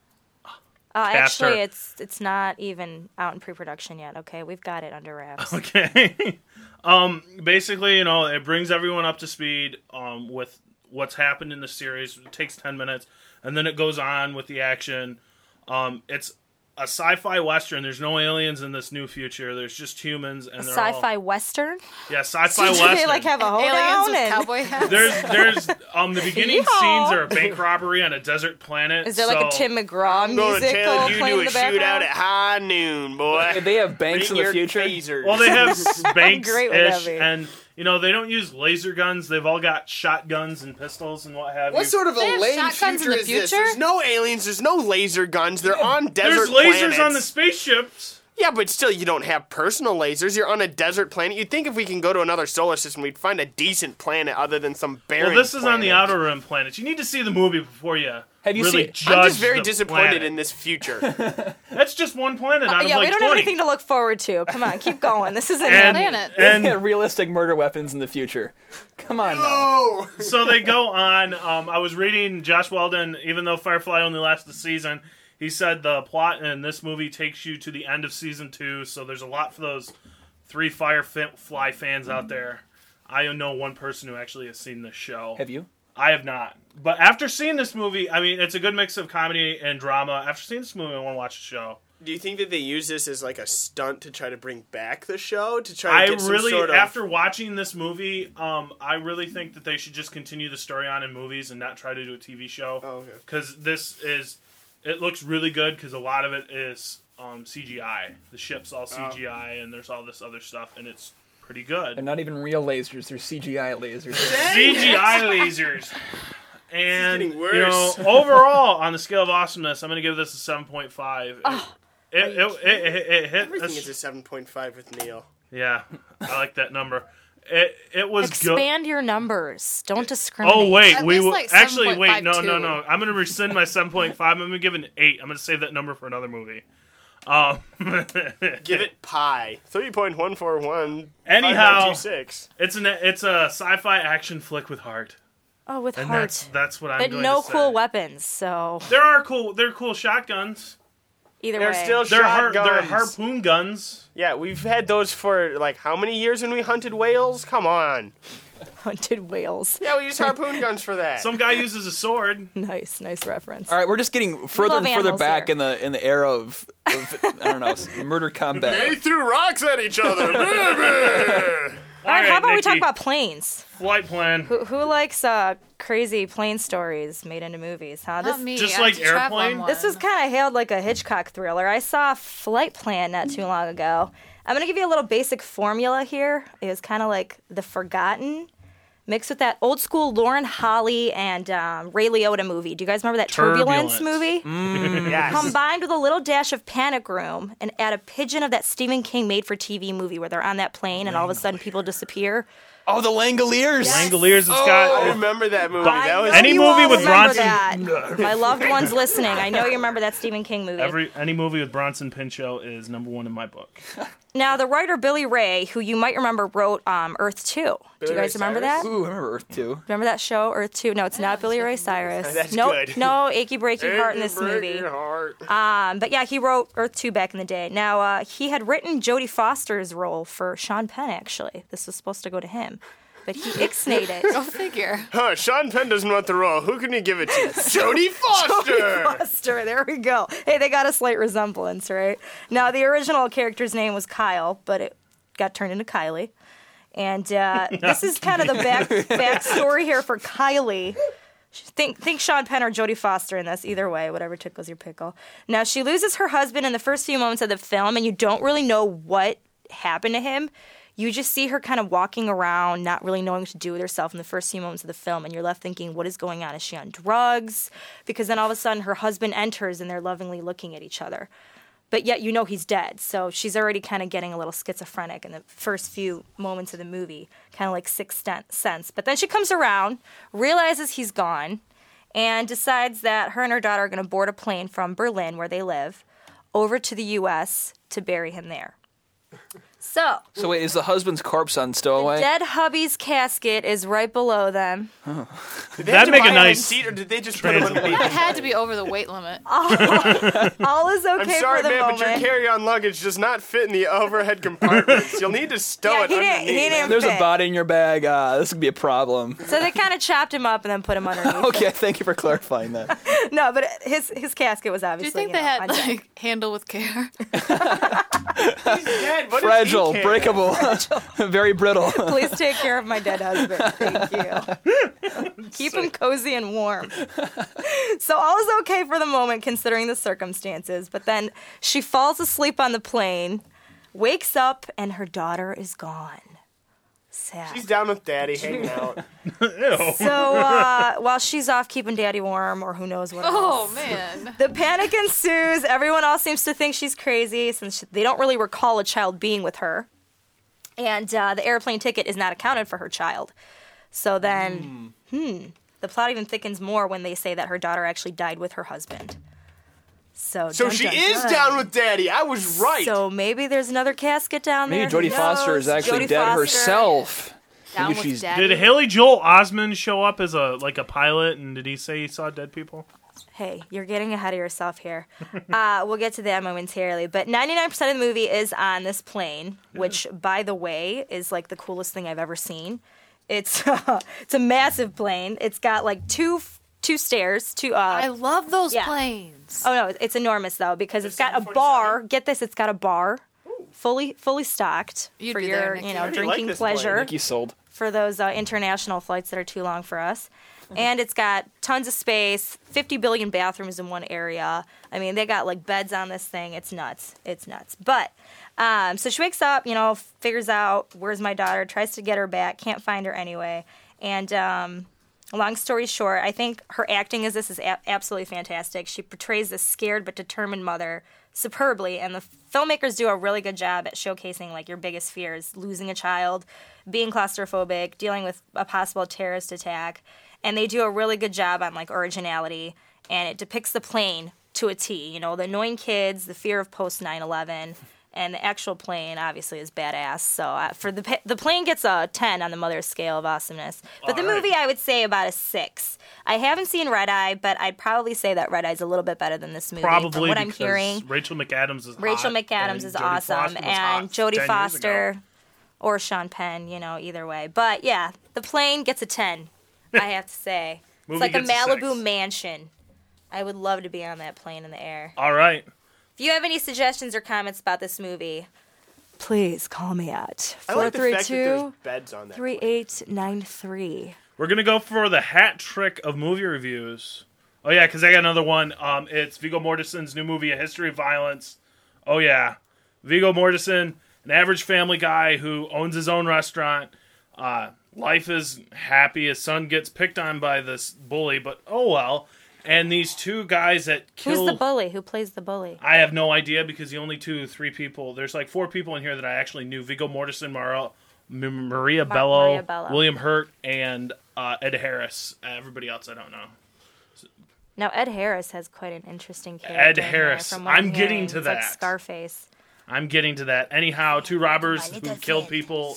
[SPEAKER 4] Uh,
[SPEAKER 3] Cast
[SPEAKER 4] actually,
[SPEAKER 3] her.
[SPEAKER 4] it's it's not even out in pre-production yet. Okay, we've got it under wraps.
[SPEAKER 3] Okay. um, basically, you know, it brings everyone up to speed um, with what's happened in the series. It takes 10 minutes, and then it goes on with the action. Um, it's a sci fi Western. There's no aliens in this new future, there's just humans. and they're all-
[SPEAKER 4] Sci-fi western.
[SPEAKER 3] Yeah, sci fi
[SPEAKER 4] So do
[SPEAKER 3] Western.
[SPEAKER 4] they like have a hoedown
[SPEAKER 7] Aliens with
[SPEAKER 4] and-
[SPEAKER 7] cowboy hats.
[SPEAKER 3] there's there's um the beginning
[SPEAKER 4] Yeehaw.
[SPEAKER 3] scenes are a bank robbery on a desert planet.
[SPEAKER 4] Is there like a
[SPEAKER 3] so-
[SPEAKER 4] Tim McGraw musical playing in the background?
[SPEAKER 6] high noon, boy.
[SPEAKER 13] They have banks
[SPEAKER 6] Bring
[SPEAKER 13] in the
[SPEAKER 6] your
[SPEAKER 13] future.
[SPEAKER 6] tasers.
[SPEAKER 3] Well, they have
[SPEAKER 6] I'm
[SPEAKER 3] banks
[SPEAKER 6] great with
[SPEAKER 3] ish,
[SPEAKER 6] that, babe.
[SPEAKER 3] and you know they don't use laser guns. They've all got shotguns and pistols and what have you.
[SPEAKER 6] What sort of a lame
[SPEAKER 7] shotguns
[SPEAKER 6] future
[SPEAKER 7] in the
[SPEAKER 6] is this?
[SPEAKER 7] future?
[SPEAKER 6] There's no aliens. There's no laser guns. They're on
[SPEAKER 3] There's
[SPEAKER 6] desert.
[SPEAKER 3] lasers
[SPEAKER 6] planets.
[SPEAKER 3] on the spaceships.
[SPEAKER 6] Yeah, but still, you don't have personal lasers. You're on a desert planet. You'd think if we can go to another solar system, we'd find a decent planet other than some barren.
[SPEAKER 3] Well, this is on the
[SPEAKER 6] planet.
[SPEAKER 3] outer rim planets. You need to see the movie before you.
[SPEAKER 6] Have you
[SPEAKER 3] really
[SPEAKER 6] seen-
[SPEAKER 3] Judge
[SPEAKER 6] I'm just very
[SPEAKER 3] the
[SPEAKER 6] disappointed
[SPEAKER 3] planet.
[SPEAKER 6] in this future.
[SPEAKER 3] That's just one planet out
[SPEAKER 4] Uh,
[SPEAKER 3] of
[SPEAKER 4] yeah,
[SPEAKER 3] like
[SPEAKER 4] we don't have
[SPEAKER 3] 20.
[SPEAKER 4] anything to look forward to. Come on, keep going. This is a
[SPEAKER 3] And-
[SPEAKER 4] planet.
[SPEAKER 3] and-
[SPEAKER 13] They have realistic murder weapons in the future. Come on. now.
[SPEAKER 3] so they go on. Um, I was reading Josh Weldon, even though Firefly only lasts the season, he said the plot in this movie takes you to the end of season two. So there's a lot for those three Firefly fans out there. I know one person who actually has seen this show.
[SPEAKER 13] Have you?
[SPEAKER 3] I have not. But after seeing this movie, I mean, it's a good mix of comedy and drama. After seeing this movie, I want to watch the show.
[SPEAKER 6] Do you think that they use this as like a stunt to try to bring back the show to try
[SPEAKER 3] I
[SPEAKER 6] to get some
[SPEAKER 3] really,
[SPEAKER 6] sort of
[SPEAKER 3] after watching this movie, um, I really think that they should just continue the story on in movies and not try to do a TV show.
[SPEAKER 6] Oh,
[SPEAKER 3] Because this is, it looks really good because a lot of it is um, CGI. The ship's
[SPEAKER 6] Oh.
[SPEAKER 3] all CGI and there's all this other stuff and it's pretty
[SPEAKER 13] They're
[SPEAKER 3] good.
[SPEAKER 13] not even real lasers. They're CGI lasers.
[SPEAKER 3] CGI lasers. And
[SPEAKER 13] getting
[SPEAKER 3] you know,
[SPEAKER 13] worse.
[SPEAKER 3] overall on the scale of awesomeness, I'm going to give this a seven point five. it, it, it, it, it hit
[SPEAKER 6] everything
[SPEAKER 3] that's-
[SPEAKER 6] is a seven point five with Neil.
[SPEAKER 3] Yeah, I like that number. It it was good.
[SPEAKER 4] Expand your numbers. Don't discriminate.
[SPEAKER 3] Oh wait, we will actually wait. No, no, no. I'm gonna rescind my 7.5. I'm gonna give it an eight. I'm gonna save that number for another movie. Um,
[SPEAKER 6] Give it pi three point one four one.
[SPEAKER 3] Anyhow,
[SPEAKER 6] six.
[SPEAKER 3] It's an it's a sci-fi action flick with heart.
[SPEAKER 4] Oh, with
[SPEAKER 3] and
[SPEAKER 4] heart.
[SPEAKER 3] That's, that's what I'm.
[SPEAKER 4] but
[SPEAKER 3] going
[SPEAKER 4] no
[SPEAKER 3] to say.
[SPEAKER 4] cool weapons. So
[SPEAKER 3] There are cool. They're cool shotguns.
[SPEAKER 4] either
[SPEAKER 6] They're
[SPEAKER 4] way,
[SPEAKER 6] still
[SPEAKER 3] They're har-
[SPEAKER 6] shotguns.
[SPEAKER 3] they're harpoon guns.
[SPEAKER 6] Yeah, we've had those for like how many years when we hunted whales? Come on.
[SPEAKER 4] hunted whales.
[SPEAKER 6] Yeah, we use harpoon guns for that.
[SPEAKER 3] Some guy uses a sword.
[SPEAKER 4] Nice, nice reference.
[SPEAKER 13] All right, we're just getting further
[SPEAKER 4] love
[SPEAKER 13] and further
[SPEAKER 4] animals
[SPEAKER 13] back
[SPEAKER 4] here.
[SPEAKER 13] in the in the era of, of I don't know murder combat.
[SPEAKER 6] threw rocks at each other.
[SPEAKER 4] All right,
[SPEAKER 3] All
[SPEAKER 4] how
[SPEAKER 3] right,
[SPEAKER 4] about we talk
[SPEAKER 3] Nikki.
[SPEAKER 4] about planes?
[SPEAKER 3] Flight plan.
[SPEAKER 4] Who, who likes uh, crazy plane stories made into movies? Huh?
[SPEAKER 7] Not me.
[SPEAKER 3] Just
[SPEAKER 7] I
[SPEAKER 3] like
[SPEAKER 7] have to trap on
[SPEAKER 3] airplane?
[SPEAKER 7] one.
[SPEAKER 4] This was kind of hailed like a Hitchcock thriller. I saw Flight Plan not too long ago. I'm going to give you a little basic formula here. It was kind of like The Forgotten mixed with that old school Lauren Holly and um, Ray Liotta movie. Do you guys remember that Turbulence,
[SPEAKER 3] Turbulence.
[SPEAKER 4] movie?
[SPEAKER 6] yes.
[SPEAKER 4] Combined with a little dash of Panic Room and add a pigeon of that Stephen King made for TV movie where they're on that plane and all of a sudden people disappear.
[SPEAKER 13] Oh, the Langoliers.
[SPEAKER 3] Langoliers has
[SPEAKER 6] Oh, I
[SPEAKER 3] got.
[SPEAKER 6] remember that movie. That was
[SPEAKER 4] I know
[SPEAKER 3] Any
[SPEAKER 4] you
[SPEAKER 3] movie
[SPEAKER 4] all
[SPEAKER 3] with
[SPEAKER 4] remember
[SPEAKER 3] Bronson-
[SPEAKER 4] that. My loved ones listening, I know you remember that Stephen King movie.
[SPEAKER 3] Every any movie with Bronson Pinchot is number one in my book.
[SPEAKER 4] Now, the writer Billy Ray, who you might remember, wrote um, Earth 2. Do
[SPEAKER 6] Billy
[SPEAKER 4] you guys
[SPEAKER 6] Ray
[SPEAKER 4] remember
[SPEAKER 6] Cyrus?
[SPEAKER 4] that?
[SPEAKER 13] Ooh, I remember Earth Two.
[SPEAKER 4] Remember that show, Earth 2? No, it's not Billy Ray Cyrus.
[SPEAKER 6] That's
[SPEAKER 4] no,
[SPEAKER 6] good.
[SPEAKER 4] no achy breaky heart in this movie. Um, but yeah, he wrote Earth 2 back in the day. Now, uh, he had written Jodie Foster's role for Sean Penn, actually. This was supposed to go to him. But he ixnayed it.
[SPEAKER 7] Go figure.
[SPEAKER 6] Huh, Sean Penn doesn't want the role. Who can you give it to? Jodie Foster.
[SPEAKER 4] Foster. There we go. Hey, they got a slight resemblance, right? Now, the original character's name was Kyle, but it got turned into Kylie. And uh, this is kind of the back backstory here for Kylie. Think, think Sean Penn or Jodie Foster in this. Either way, whatever tickles your pickle. Now she loses her husband in the first few moments of the film, and you don't really know what happened to him. you just see her kind of walking around, not really knowing what to do with herself in the first few moments of the film, and you're left thinking, what is going on? Is she on drugs? Because then all of a sudden her husband enters and they're lovingly looking at each other. But yet you know he's dead, so she's already kind of getting a little schizophrenic in the first few moments of the movie, kind of like sixth Sen- sense. But then she comes around, realizes he's gone, and decides that her and her daughter are going to board a plane from Berlin, where they live, over to the U.S. to bury him there. So,
[SPEAKER 13] So wait, is the husband's corpse on Stowaway?
[SPEAKER 4] dead hubby's casket is right below them.
[SPEAKER 13] Oh.
[SPEAKER 3] Did they have to make a buy him a nice
[SPEAKER 6] seat, or did they just
[SPEAKER 3] put him on the
[SPEAKER 7] It had to be over the weight limit.
[SPEAKER 4] All is okay
[SPEAKER 6] I'm sorry,
[SPEAKER 4] for the
[SPEAKER 6] man,
[SPEAKER 4] moment.
[SPEAKER 6] but your carry-on luggage does not fit in the overhead compartments. You'll need to stow it underneath.
[SPEAKER 13] There's a body in your bag. Uh, this could be a problem.
[SPEAKER 4] so they kind of chopped him up and then put him underneath.
[SPEAKER 13] okay, thank you for clarifying that.
[SPEAKER 4] no, but his his casket was obviously.
[SPEAKER 7] think
[SPEAKER 4] you
[SPEAKER 7] they
[SPEAKER 4] know,
[SPEAKER 7] had,
[SPEAKER 4] on deck.
[SPEAKER 7] like, handle with care?
[SPEAKER 13] Fragile, breakable, very brittle.
[SPEAKER 4] Please take care of my dead husband. Thank you. Keep him cozy and warm. So all is okay for the moment, considering the circumstances. But then she falls asleep on the plane, wakes up, and her daughter is gone. Sad.
[SPEAKER 6] She's down with daddy hanging out.
[SPEAKER 4] So uh, while she's off keeping daddy warm, or who knows what.
[SPEAKER 7] Oh
[SPEAKER 4] else,
[SPEAKER 7] man.
[SPEAKER 4] The panic ensues. Everyone else seems to think she's crazy since they don't really recall a child being with her. And uh, the airplane ticket is not accounted for her child. So then, hmm, the plot even thickens more when they say that her daughter actually died with her husband. So,
[SPEAKER 6] So
[SPEAKER 4] dun,
[SPEAKER 6] she
[SPEAKER 4] dun,
[SPEAKER 6] is
[SPEAKER 4] dun.
[SPEAKER 6] down with daddy. I was right.
[SPEAKER 4] So maybe there's another casket down
[SPEAKER 13] Maybe
[SPEAKER 4] there.
[SPEAKER 13] Jodie
[SPEAKER 4] Who
[SPEAKER 13] Foster
[SPEAKER 4] knows?
[SPEAKER 13] is actually
[SPEAKER 4] Jodie
[SPEAKER 13] dead
[SPEAKER 4] Foster.
[SPEAKER 13] herself.
[SPEAKER 4] Down
[SPEAKER 13] Maybe
[SPEAKER 4] with
[SPEAKER 13] she's
[SPEAKER 4] daddy.
[SPEAKER 3] Did Haley Joel Osment show up as a like a pilot, and did he say he saw dead people?
[SPEAKER 4] Hey, you're getting ahead of yourself here. uh, we'll get to that momentarily. But 99% of the movie is on this plane, which, by the way, is like the coolest thing I've ever seen. It's it's a massive plane. It's got like two two stairs, two. Uh,
[SPEAKER 7] I love those
[SPEAKER 4] Yeah.
[SPEAKER 7] planes.
[SPEAKER 4] Oh no, it's enormous though because it's got a bar. Get this, it's got a bar, fully fully stocked
[SPEAKER 7] You'd
[SPEAKER 4] for
[SPEAKER 7] be
[SPEAKER 4] your
[SPEAKER 7] there, Nikki.
[SPEAKER 4] you
[SPEAKER 7] I
[SPEAKER 4] know
[SPEAKER 7] already
[SPEAKER 4] drinking pleasure
[SPEAKER 13] Nikki sold.
[SPEAKER 4] for those uh, international flights that are too long for us. And it's got tons of space, 50 billion bathrooms in one area. I mean, they got like beds on this thing. It's nuts. It's nuts. But um, so she wakes up, you know, figures out where's my daughter, tries to get her back, can't find her anyway. And um, long story short, I think her acting as this is a- absolutely fantastic. She portrays this scared but determined mother superbly, and the filmmakers do a really good job at showcasing like your biggest fears: losing a child, being claustrophobic, dealing with a possible terrorist attack, and they do a really good job on like originality. And it depicts the plane to a T. You know, the annoying kids, the fear of post 9/11. And the actual plane obviously is badass. So uh, for the pa- the plane gets a ten on the mother's scale of awesomeness. But the
[SPEAKER 3] All right.
[SPEAKER 4] movie I would say about a six. I haven't seen Red Eye, but I'd probably say that Red Eye's a little bit better than this movie.
[SPEAKER 3] Probably
[SPEAKER 4] from what I'm
[SPEAKER 3] because
[SPEAKER 4] hearing.
[SPEAKER 3] Rachel McAdams is
[SPEAKER 4] Rachel
[SPEAKER 3] hot,
[SPEAKER 4] McAdams
[SPEAKER 3] and
[SPEAKER 4] is
[SPEAKER 3] Jodie
[SPEAKER 4] awesome,
[SPEAKER 3] Foster was hot
[SPEAKER 4] and Jodie
[SPEAKER 3] 10 years ago.
[SPEAKER 4] Foster or Sean Penn, you know, either way. But yeah, the plane gets a ten. I have to say, it's
[SPEAKER 3] Movie
[SPEAKER 4] like a
[SPEAKER 3] gets a
[SPEAKER 4] Malibu
[SPEAKER 3] six.
[SPEAKER 4] mansion. I would love to be on that plane in the air.
[SPEAKER 3] All right.
[SPEAKER 4] If you have any suggestions or comments about this movie, please call me at
[SPEAKER 6] I like
[SPEAKER 4] four
[SPEAKER 6] the
[SPEAKER 4] three
[SPEAKER 6] fact that
[SPEAKER 4] two
[SPEAKER 6] there's beds on that.
[SPEAKER 4] three eight nine three.
[SPEAKER 3] We're gonna go for the hat trick of movie reviews. Oh yeah, because I got another one. Um, it's Viggo Mortensen's new movie, A History of Violence. Oh yeah, Viggo Mortensen, an average family guy who owns his own restaurant. Uh, life is happy. His son gets picked on by this bully, but oh well. And these two guys that
[SPEAKER 4] Who's
[SPEAKER 3] killed
[SPEAKER 4] the bully? Who plays the bully?
[SPEAKER 3] I have no idea because the only two, three people, there's like four people in here that I actually knew: Viggo Mortensen, Mara, M- Maria,
[SPEAKER 4] Ma-
[SPEAKER 3] Bello,
[SPEAKER 4] Maria Bello.
[SPEAKER 3] William Hurt, and uh, Ed Harris. Everybody else, I don't know.
[SPEAKER 4] Now Ed Harris has quite an interesting character. in there
[SPEAKER 3] Harris.
[SPEAKER 4] from what
[SPEAKER 3] I'm getting
[SPEAKER 4] hearing.
[SPEAKER 3] to
[SPEAKER 4] It's Like
[SPEAKER 3] that.
[SPEAKER 4] Scarface.
[SPEAKER 3] I'm getting to that. Anyhow, two robbers who killed people,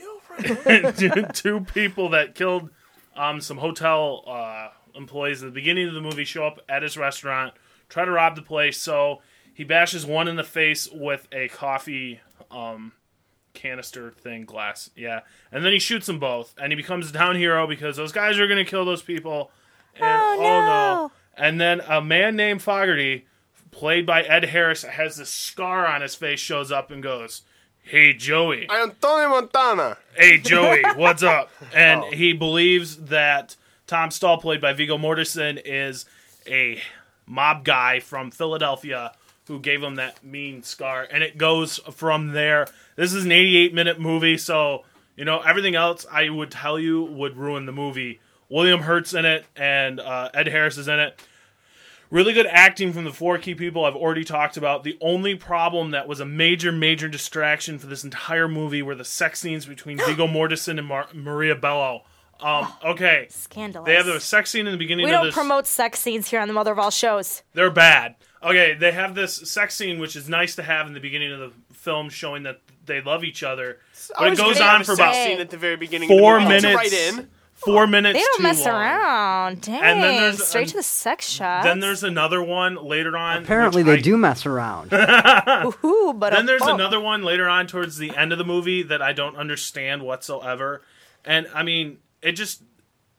[SPEAKER 3] two, two people that killed um, some hotel uh, employees at the beginning of the movie show up at his restaurant, try to rob the place. So he bashes one in the face with a coffee um, canister thing, glass. Yeah. And then he shoots them both, and he becomes a down hero because those guys are going to kill those people. And oh, no. And then a man named Fogarty, played by Ed Harris, has this scar on his face, shows up and goes, Hey, Joey.
[SPEAKER 6] I am Tony Montana.
[SPEAKER 3] Hey, Joey, what's up? And he believes that Tom Stahl, played by Vigo Mortensen, is a mob guy from Philadelphia who gave him that mean scar. And it goes from there. This is an 88 minute movie, so, you know, everything else I would tell you would ruin the movie. William Hurt's in it, and uh, Ed Harris is in it. Really good acting from the four key people I've already talked about. The only problem that was a major, major distraction for this entire movie were the sex scenes between Viggo Mortensen and Mar- Maria Bello. Um,
[SPEAKER 6] Oh,
[SPEAKER 3] okay.
[SPEAKER 4] Scandalous.
[SPEAKER 3] They have a sex scene in the beginning
[SPEAKER 4] we
[SPEAKER 3] of
[SPEAKER 4] don't
[SPEAKER 3] this.
[SPEAKER 4] promote sex scenes here on the mother of all shows.
[SPEAKER 3] They're bad. Okay, they have this sex scene, which is nice to have in the beginning of the film, showing that they love each other. But it
[SPEAKER 6] always good
[SPEAKER 3] goes
[SPEAKER 6] to have
[SPEAKER 3] on
[SPEAKER 6] a
[SPEAKER 3] for
[SPEAKER 6] sex
[SPEAKER 3] about
[SPEAKER 6] scene at the very beginning of the
[SPEAKER 3] Four
[SPEAKER 6] movie. It's
[SPEAKER 3] minutes.
[SPEAKER 6] right in.
[SPEAKER 3] Four minutes.
[SPEAKER 4] They don't
[SPEAKER 3] too
[SPEAKER 4] mess
[SPEAKER 3] long.
[SPEAKER 4] around. Dang.
[SPEAKER 3] then there's
[SPEAKER 4] Straight
[SPEAKER 3] an-
[SPEAKER 4] to the sex shot.
[SPEAKER 3] Then there's another one later on.
[SPEAKER 10] Apparently, they do mess around.
[SPEAKER 3] then there's another one later on towards the end of the movie that I don't understand whatsoever, and I mean it just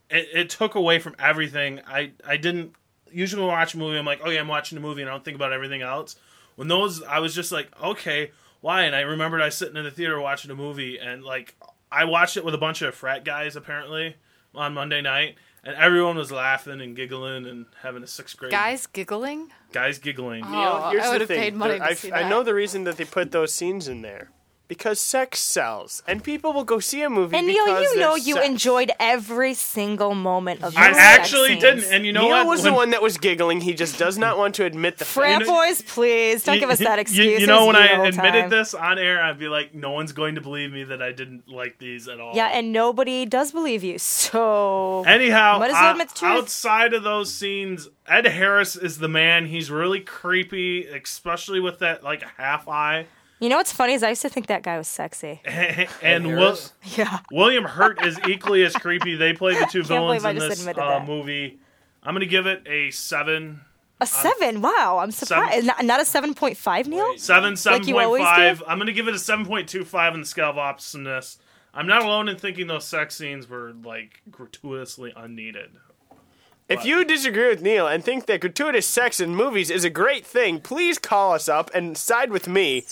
[SPEAKER 3] it, it took away from everything. I I didn't usually when I watch a movie. I'm like, okay, I'm watching a movie, and I don't think about everything else. When those, I was just like, okay, why? And I remembered I was sitting in the theater watching a movie, and like I watched it with a bunch of frat guys apparently on Monday night, and everyone was laughing and giggling and having a sixth grade
[SPEAKER 7] Guys giggling?
[SPEAKER 3] guys giggling.
[SPEAKER 7] Oh,
[SPEAKER 6] You know,
[SPEAKER 7] I
[SPEAKER 6] here's the
[SPEAKER 7] would've
[SPEAKER 6] thing.
[SPEAKER 7] paid
[SPEAKER 6] There-
[SPEAKER 7] money to
[SPEAKER 6] I,
[SPEAKER 7] see
[SPEAKER 6] I
[SPEAKER 7] that.
[SPEAKER 6] know the reason that they put those scenes in there because sex sells, and people will go see a movie.
[SPEAKER 4] and Neil,
[SPEAKER 6] because
[SPEAKER 4] you know
[SPEAKER 6] there's
[SPEAKER 4] you
[SPEAKER 6] sex.
[SPEAKER 4] enjoyed every single moment of
[SPEAKER 6] I
[SPEAKER 4] those sex
[SPEAKER 6] actually
[SPEAKER 4] scenes.
[SPEAKER 6] didn't,
[SPEAKER 3] and you
[SPEAKER 6] Neil was the one that was giggling. He just does not want to admit the
[SPEAKER 4] Frat
[SPEAKER 6] fact.
[SPEAKER 4] boys, please don't give us that
[SPEAKER 3] You-
[SPEAKER 4] excuse.
[SPEAKER 3] You,
[SPEAKER 4] It
[SPEAKER 3] know, when
[SPEAKER 4] was you
[SPEAKER 3] I
[SPEAKER 4] the whole
[SPEAKER 3] admitted
[SPEAKER 4] time.
[SPEAKER 3] this on air, I'd be like, no one's going to believe me that I didn't like these at all.
[SPEAKER 4] Yeah, and nobody does believe you. So
[SPEAKER 3] Anyhow,
[SPEAKER 4] might as well
[SPEAKER 3] uh,
[SPEAKER 4] admit the truth.
[SPEAKER 3] outside of those scenes, Ed Harris is the man. He's really creepy, especially with that like half eye.
[SPEAKER 4] You know what's funny is I used to think that guy was sexy.
[SPEAKER 3] and Will,
[SPEAKER 4] yeah,
[SPEAKER 3] William Hurt is equally as creepy. They play the two
[SPEAKER 4] Can't believe
[SPEAKER 3] villains
[SPEAKER 4] I
[SPEAKER 3] in
[SPEAKER 4] just
[SPEAKER 3] this
[SPEAKER 4] admitted
[SPEAKER 3] uh,
[SPEAKER 4] that.
[SPEAKER 3] movie. I'm gonna give it a seven.
[SPEAKER 4] a seven. Wow, I'm surprised. Not, not a seven point five, Neil.
[SPEAKER 3] Seven, seven
[SPEAKER 4] Like you always do?
[SPEAKER 3] I'm gonna give it a seven point two five on the scale of awesomeness. I'm not alone in thinking those sex scenes were like gratuitously unneeded.
[SPEAKER 6] If you disagree with Neil and think that gratuitous sex in movies is a great thing, please call us up and side with me.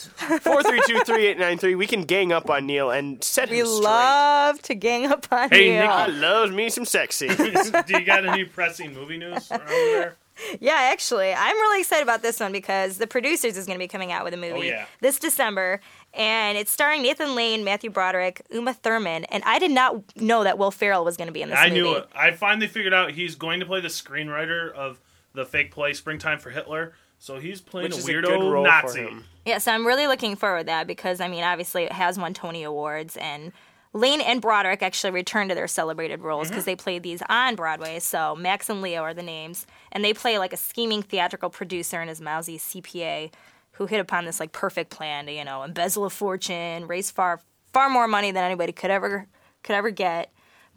[SPEAKER 6] 432 We can gang up on Neil and set
[SPEAKER 4] We
[SPEAKER 6] him straight.
[SPEAKER 4] love to gang up on Neil.
[SPEAKER 6] I love me some sexy.
[SPEAKER 3] Do you got any pressing movie news around there?
[SPEAKER 4] Yeah, actually, I'm really excited about this one because the producers is going to be coming out with a movie
[SPEAKER 3] Oh, yeah.
[SPEAKER 4] this December, and it's starring Nathan Lane, Matthew Broderick, Uma Thurman, and I did not know that Will Ferrell was going to be in this
[SPEAKER 3] I
[SPEAKER 4] movie.
[SPEAKER 3] knew it. I finally figured out he's going to play the screenwriter of the fake play Springtime for Hitler. So he's playing
[SPEAKER 6] Which
[SPEAKER 3] a
[SPEAKER 6] is a
[SPEAKER 3] weirdo
[SPEAKER 6] good role for
[SPEAKER 3] Nazi.
[SPEAKER 6] him.
[SPEAKER 4] Yeah, so I'm really looking forward to that because I mean, obviously, it has won Tony Awards, and Lane and Broderick actually returned to their celebrated roles
[SPEAKER 3] Mm-hmm.
[SPEAKER 4] because
[SPEAKER 7] Mhm.
[SPEAKER 4] they played these on Broadway. So Max and Leo are the names, and they play like a scheming theatrical producer and his mousy CPA who hit upon this like perfect plan to you know embezzle a fortune, raise far far more money than anybody could ever could ever get.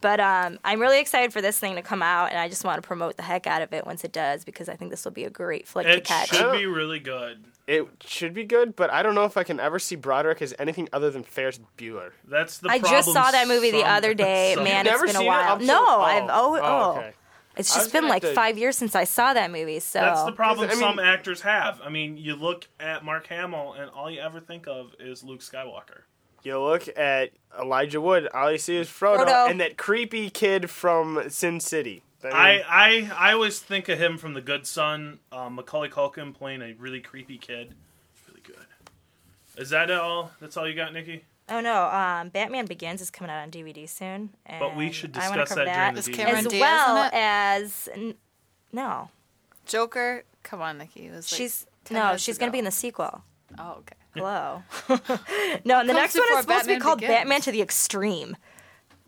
[SPEAKER 4] But um, I'm really excited for this thing to come out, and I just want to promote the heck out of it once it does because I think this will be a great flick to
[SPEAKER 3] It
[SPEAKER 4] catch.
[SPEAKER 3] should be really good.
[SPEAKER 6] Oh. It should be good, but I don't know if I can ever see Broderick as anything other than Ferris Bueller.
[SPEAKER 3] That's the
[SPEAKER 4] I just saw that movie the other day. Man, it's been a while. no, I've oh, oh. It's
[SPEAKER 3] I was
[SPEAKER 4] just been
[SPEAKER 3] gonna
[SPEAKER 4] like
[SPEAKER 3] dig.
[SPEAKER 4] five years since I saw that movie. So
[SPEAKER 3] That's the problem
[SPEAKER 6] I mean-
[SPEAKER 3] some actors have. I mean, you look at Mark Hamill, and all you ever think of is Luke Skywalker.
[SPEAKER 6] You look at Elijah Wood, all you see is Frodo,
[SPEAKER 3] Frodo.
[SPEAKER 6] and that creepy kid from Sin City.
[SPEAKER 3] I, I I always think of him from The Good Son. Um, Macaulay Culkin playing a really creepy kid. It's really good. Is that all? That's all you got, Nikki?
[SPEAKER 4] Oh no, um, Batman Begins is coming out on DVD soon. And
[SPEAKER 3] But we should
[SPEAKER 4] I wanna
[SPEAKER 3] discuss
[SPEAKER 4] cover
[SPEAKER 3] that during
[SPEAKER 4] that
[SPEAKER 3] the Is
[SPEAKER 7] Cameron
[SPEAKER 4] as
[SPEAKER 7] Diaz
[SPEAKER 4] well
[SPEAKER 7] in it?
[SPEAKER 4] as n- no,
[SPEAKER 7] Joker? Come on, Nikki. It was like
[SPEAKER 4] she's
[SPEAKER 7] 10
[SPEAKER 4] no,
[SPEAKER 7] minutes
[SPEAKER 4] she's gonna
[SPEAKER 7] ago.
[SPEAKER 4] be in the sequel.
[SPEAKER 7] Oh, okay.
[SPEAKER 4] Hello. no, and the
[SPEAKER 7] Comes
[SPEAKER 4] next one
[SPEAKER 7] before
[SPEAKER 4] is supposed to be
[SPEAKER 7] Batman
[SPEAKER 4] called
[SPEAKER 7] Begins.
[SPEAKER 4] Batman to the Extreme.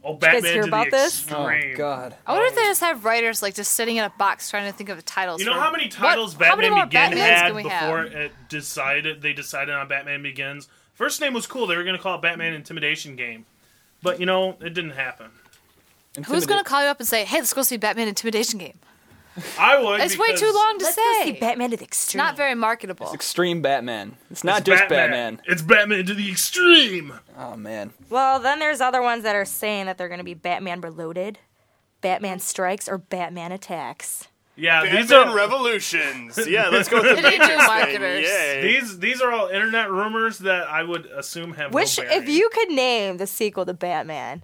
[SPEAKER 3] Oh,
[SPEAKER 4] Did you guys hear about this?
[SPEAKER 3] Extreme.
[SPEAKER 10] God.
[SPEAKER 7] I wonder if they just have writers like just sitting in a box trying to think of titles.
[SPEAKER 3] You know
[SPEAKER 7] for-
[SPEAKER 3] how many
[SPEAKER 7] What-
[SPEAKER 3] titles
[SPEAKER 7] how many
[SPEAKER 3] Batman
[SPEAKER 7] more
[SPEAKER 3] Begins
[SPEAKER 7] Batmans
[SPEAKER 3] had
[SPEAKER 7] can we have?
[SPEAKER 3] before it decided they decided on Batman Begins? First name was cool. They were going to call it Batman Intimidation Game, but you know it didn't happen.
[SPEAKER 7] Who's gonna call you up and say, "Hey, let's go see Batman Intimidation Game"?
[SPEAKER 3] I would.
[SPEAKER 7] It's way too long to
[SPEAKER 4] Let's
[SPEAKER 7] say.
[SPEAKER 4] go see Batman to the Extreme.
[SPEAKER 7] Not very marketable.
[SPEAKER 13] Extreme Batman. It's not just Batman.
[SPEAKER 3] It's Batman to the extreme.
[SPEAKER 13] Oh man.
[SPEAKER 4] Well, then there's other ones that are saying that they're going to be Batman Reloaded, Batman Strikes, or Batman Attacks.
[SPEAKER 3] Yeah,
[SPEAKER 6] Batman
[SPEAKER 3] these are
[SPEAKER 6] revolutions. Yeah, let's go with the
[SPEAKER 4] They do
[SPEAKER 6] Matrix
[SPEAKER 4] marketers.
[SPEAKER 6] Thing. Yeah.
[SPEAKER 3] These these are all internet rumors that I would assume have
[SPEAKER 4] Wish
[SPEAKER 3] no
[SPEAKER 4] if
[SPEAKER 3] bearing.
[SPEAKER 4] you could name the sequel to Batman,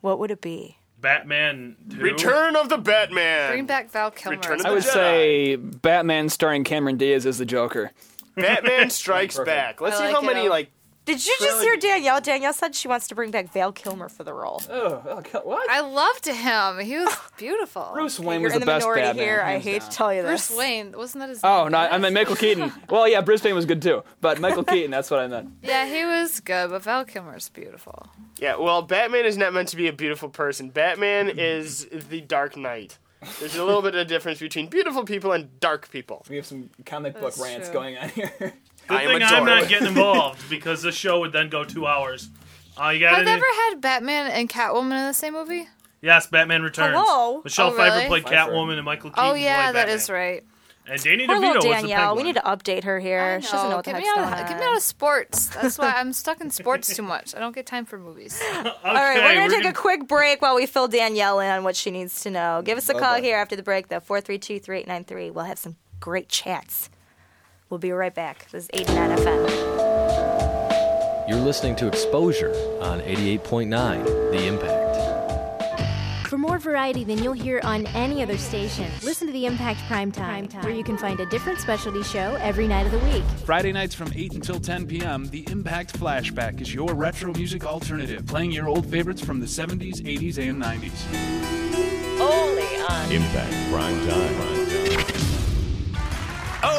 [SPEAKER 4] what would it be?
[SPEAKER 3] Batman 2.
[SPEAKER 6] Return of the Batman.
[SPEAKER 7] Bring back Val Kilmer.
[SPEAKER 6] Return of
[SPEAKER 13] I
[SPEAKER 6] the
[SPEAKER 13] would
[SPEAKER 6] Jedi.
[SPEAKER 13] say Batman starring Cameron Diaz as the Joker.
[SPEAKER 6] Batman Strikes Back. Let's
[SPEAKER 4] I
[SPEAKER 6] see
[SPEAKER 4] like
[SPEAKER 6] how
[SPEAKER 4] it.
[SPEAKER 6] many like.
[SPEAKER 4] Did you just hear Danielle? Danielle said she wants to bring back Val Kilmer for the role.
[SPEAKER 6] Oh, what?
[SPEAKER 7] I loved him. He was beautiful. Bruce
[SPEAKER 13] Wayne
[SPEAKER 4] You're
[SPEAKER 13] was
[SPEAKER 4] in
[SPEAKER 13] the
[SPEAKER 4] the,
[SPEAKER 13] best
[SPEAKER 4] minority
[SPEAKER 13] Batman,
[SPEAKER 4] here. I
[SPEAKER 13] hands
[SPEAKER 4] hate
[SPEAKER 13] down.
[SPEAKER 4] to tell you this.
[SPEAKER 7] Bruce Wayne wasn't that his?
[SPEAKER 13] Oh, no, I meant Michael Keaton. Well, yeah, Bruce Payne was good too, but Michael Keaton, that's what I meant.
[SPEAKER 7] Yeah, he was good, but Val Kilmer's beautiful.
[SPEAKER 6] Yeah, well, Batman is not meant to be a beautiful person. Batman is the Dark Knight. There's a little bit of difference between beautiful people and dark people.
[SPEAKER 13] We have some comic
[SPEAKER 6] book That's
[SPEAKER 13] rants
[SPEAKER 6] true.
[SPEAKER 13] going on here.
[SPEAKER 3] Good
[SPEAKER 6] I am
[SPEAKER 3] thing
[SPEAKER 6] a
[SPEAKER 3] I'm not
[SPEAKER 6] dork.
[SPEAKER 3] getting involved because this show would then go two hours. Uh, you got
[SPEAKER 7] Have
[SPEAKER 3] any?
[SPEAKER 7] they ever had Batman and Catwoman in the same movie?
[SPEAKER 3] Yes, Batman Returns.
[SPEAKER 7] Hello?
[SPEAKER 3] Michelle
[SPEAKER 7] Oh,
[SPEAKER 3] Pfeiffer
[SPEAKER 7] really?
[SPEAKER 3] played
[SPEAKER 7] Pfeiffer.
[SPEAKER 3] Catwoman and Michael Keaton
[SPEAKER 7] Oh yeah,
[SPEAKER 3] played
[SPEAKER 7] that
[SPEAKER 3] Batman.
[SPEAKER 7] is right.
[SPEAKER 3] And Danny
[SPEAKER 4] Poor
[SPEAKER 3] DeVito
[SPEAKER 4] little
[SPEAKER 3] was the
[SPEAKER 4] Danielle.
[SPEAKER 3] penguin.
[SPEAKER 4] We need to update her here. She doesn't know what the
[SPEAKER 7] get
[SPEAKER 4] heck's
[SPEAKER 7] me out
[SPEAKER 4] going
[SPEAKER 7] of
[SPEAKER 4] on.
[SPEAKER 7] get me out of sports. That's why I'm stuck in sports too much. I don't get time for movies.
[SPEAKER 4] All right, we're going to take
[SPEAKER 7] gonna-
[SPEAKER 4] a quick break while we fill Danielle in on what she needs to know. Give us a call
[SPEAKER 7] Bye-bye.
[SPEAKER 4] here after the break, though 432 3893. We'll have some great chats. We'll be right back. This is 89 FM.
[SPEAKER 12] You're listening to Exposure on 88.9 The Impact.
[SPEAKER 1] For more variety than you'll hear on any other station, listen to the Impact Primetime, Time, where you can find a different specialty show every night of the week.
[SPEAKER 2] Friday nights from 8 until 10 p.m., the Impact Flashback is your retro music alternative, playing your old favorites from the 70s, 80s, and 90s.
[SPEAKER 9] Only on
[SPEAKER 14] Impact Prime Time.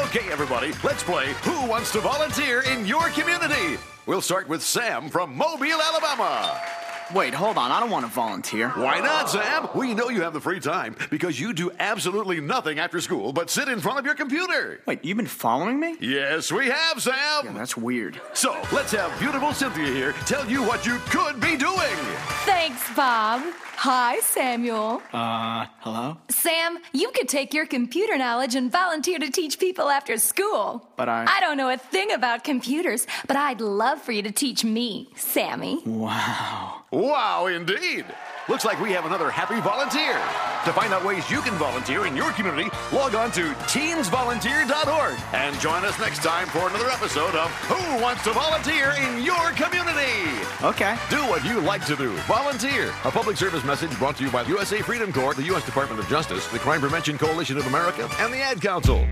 [SPEAKER 14] Okay, everybody, let's play Who Wants to Volunteer in Your Community? We'll start with Sam from Mobile, Alabama. Wait, hold on. I don't want to volunteer. Why not, Sam? We know you have the free time because you do absolutely nothing after school but sit in front of your computer. Wait, you've been following me? Yes, we have, Sam. Yeah, that's weird. So, let's have beautiful Cynthia here tell you what you could be doing.
[SPEAKER 15] Thanks, Bob. Hi, Samuel.
[SPEAKER 14] Uh, hello?
[SPEAKER 15] Sam, you could take your computer knowledge and volunteer to teach people after school.
[SPEAKER 14] But I-
[SPEAKER 15] I don't know a thing about computers, but I'd love for you to teach me, Sammy.
[SPEAKER 14] Wow. Wow, indeed. Looks like we have another happy volunteer. To find out ways you can volunteer in your community, log on to teensvolunteer.org and join us next time for another episode of Who Wants to Volunteer in Your Community? Okay. Do what you like to do. Volunteer. A public service message brought to you by the USA Freedom Corps, the U.S. Department of Justice, the Crime Prevention Coalition of America, and the Ad Council.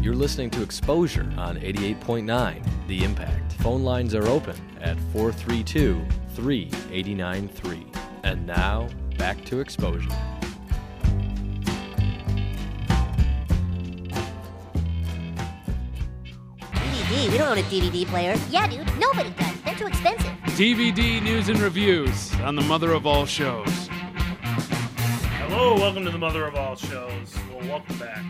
[SPEAKER 12] You're listening to Exposure on 88.9 The Impact. Phone lines are open at 432 3893. And now, back to Exposure.
[SPEAKER 16] DVD. We don't own a DVD player. Yeah, dude. Nobody does. They're too expensive.
[SPEAKER 2] DVD news and reviews on the mother of all shows.
[SPEAKER 3] Hello, welcome to the mother of all shows. Well, welcome back.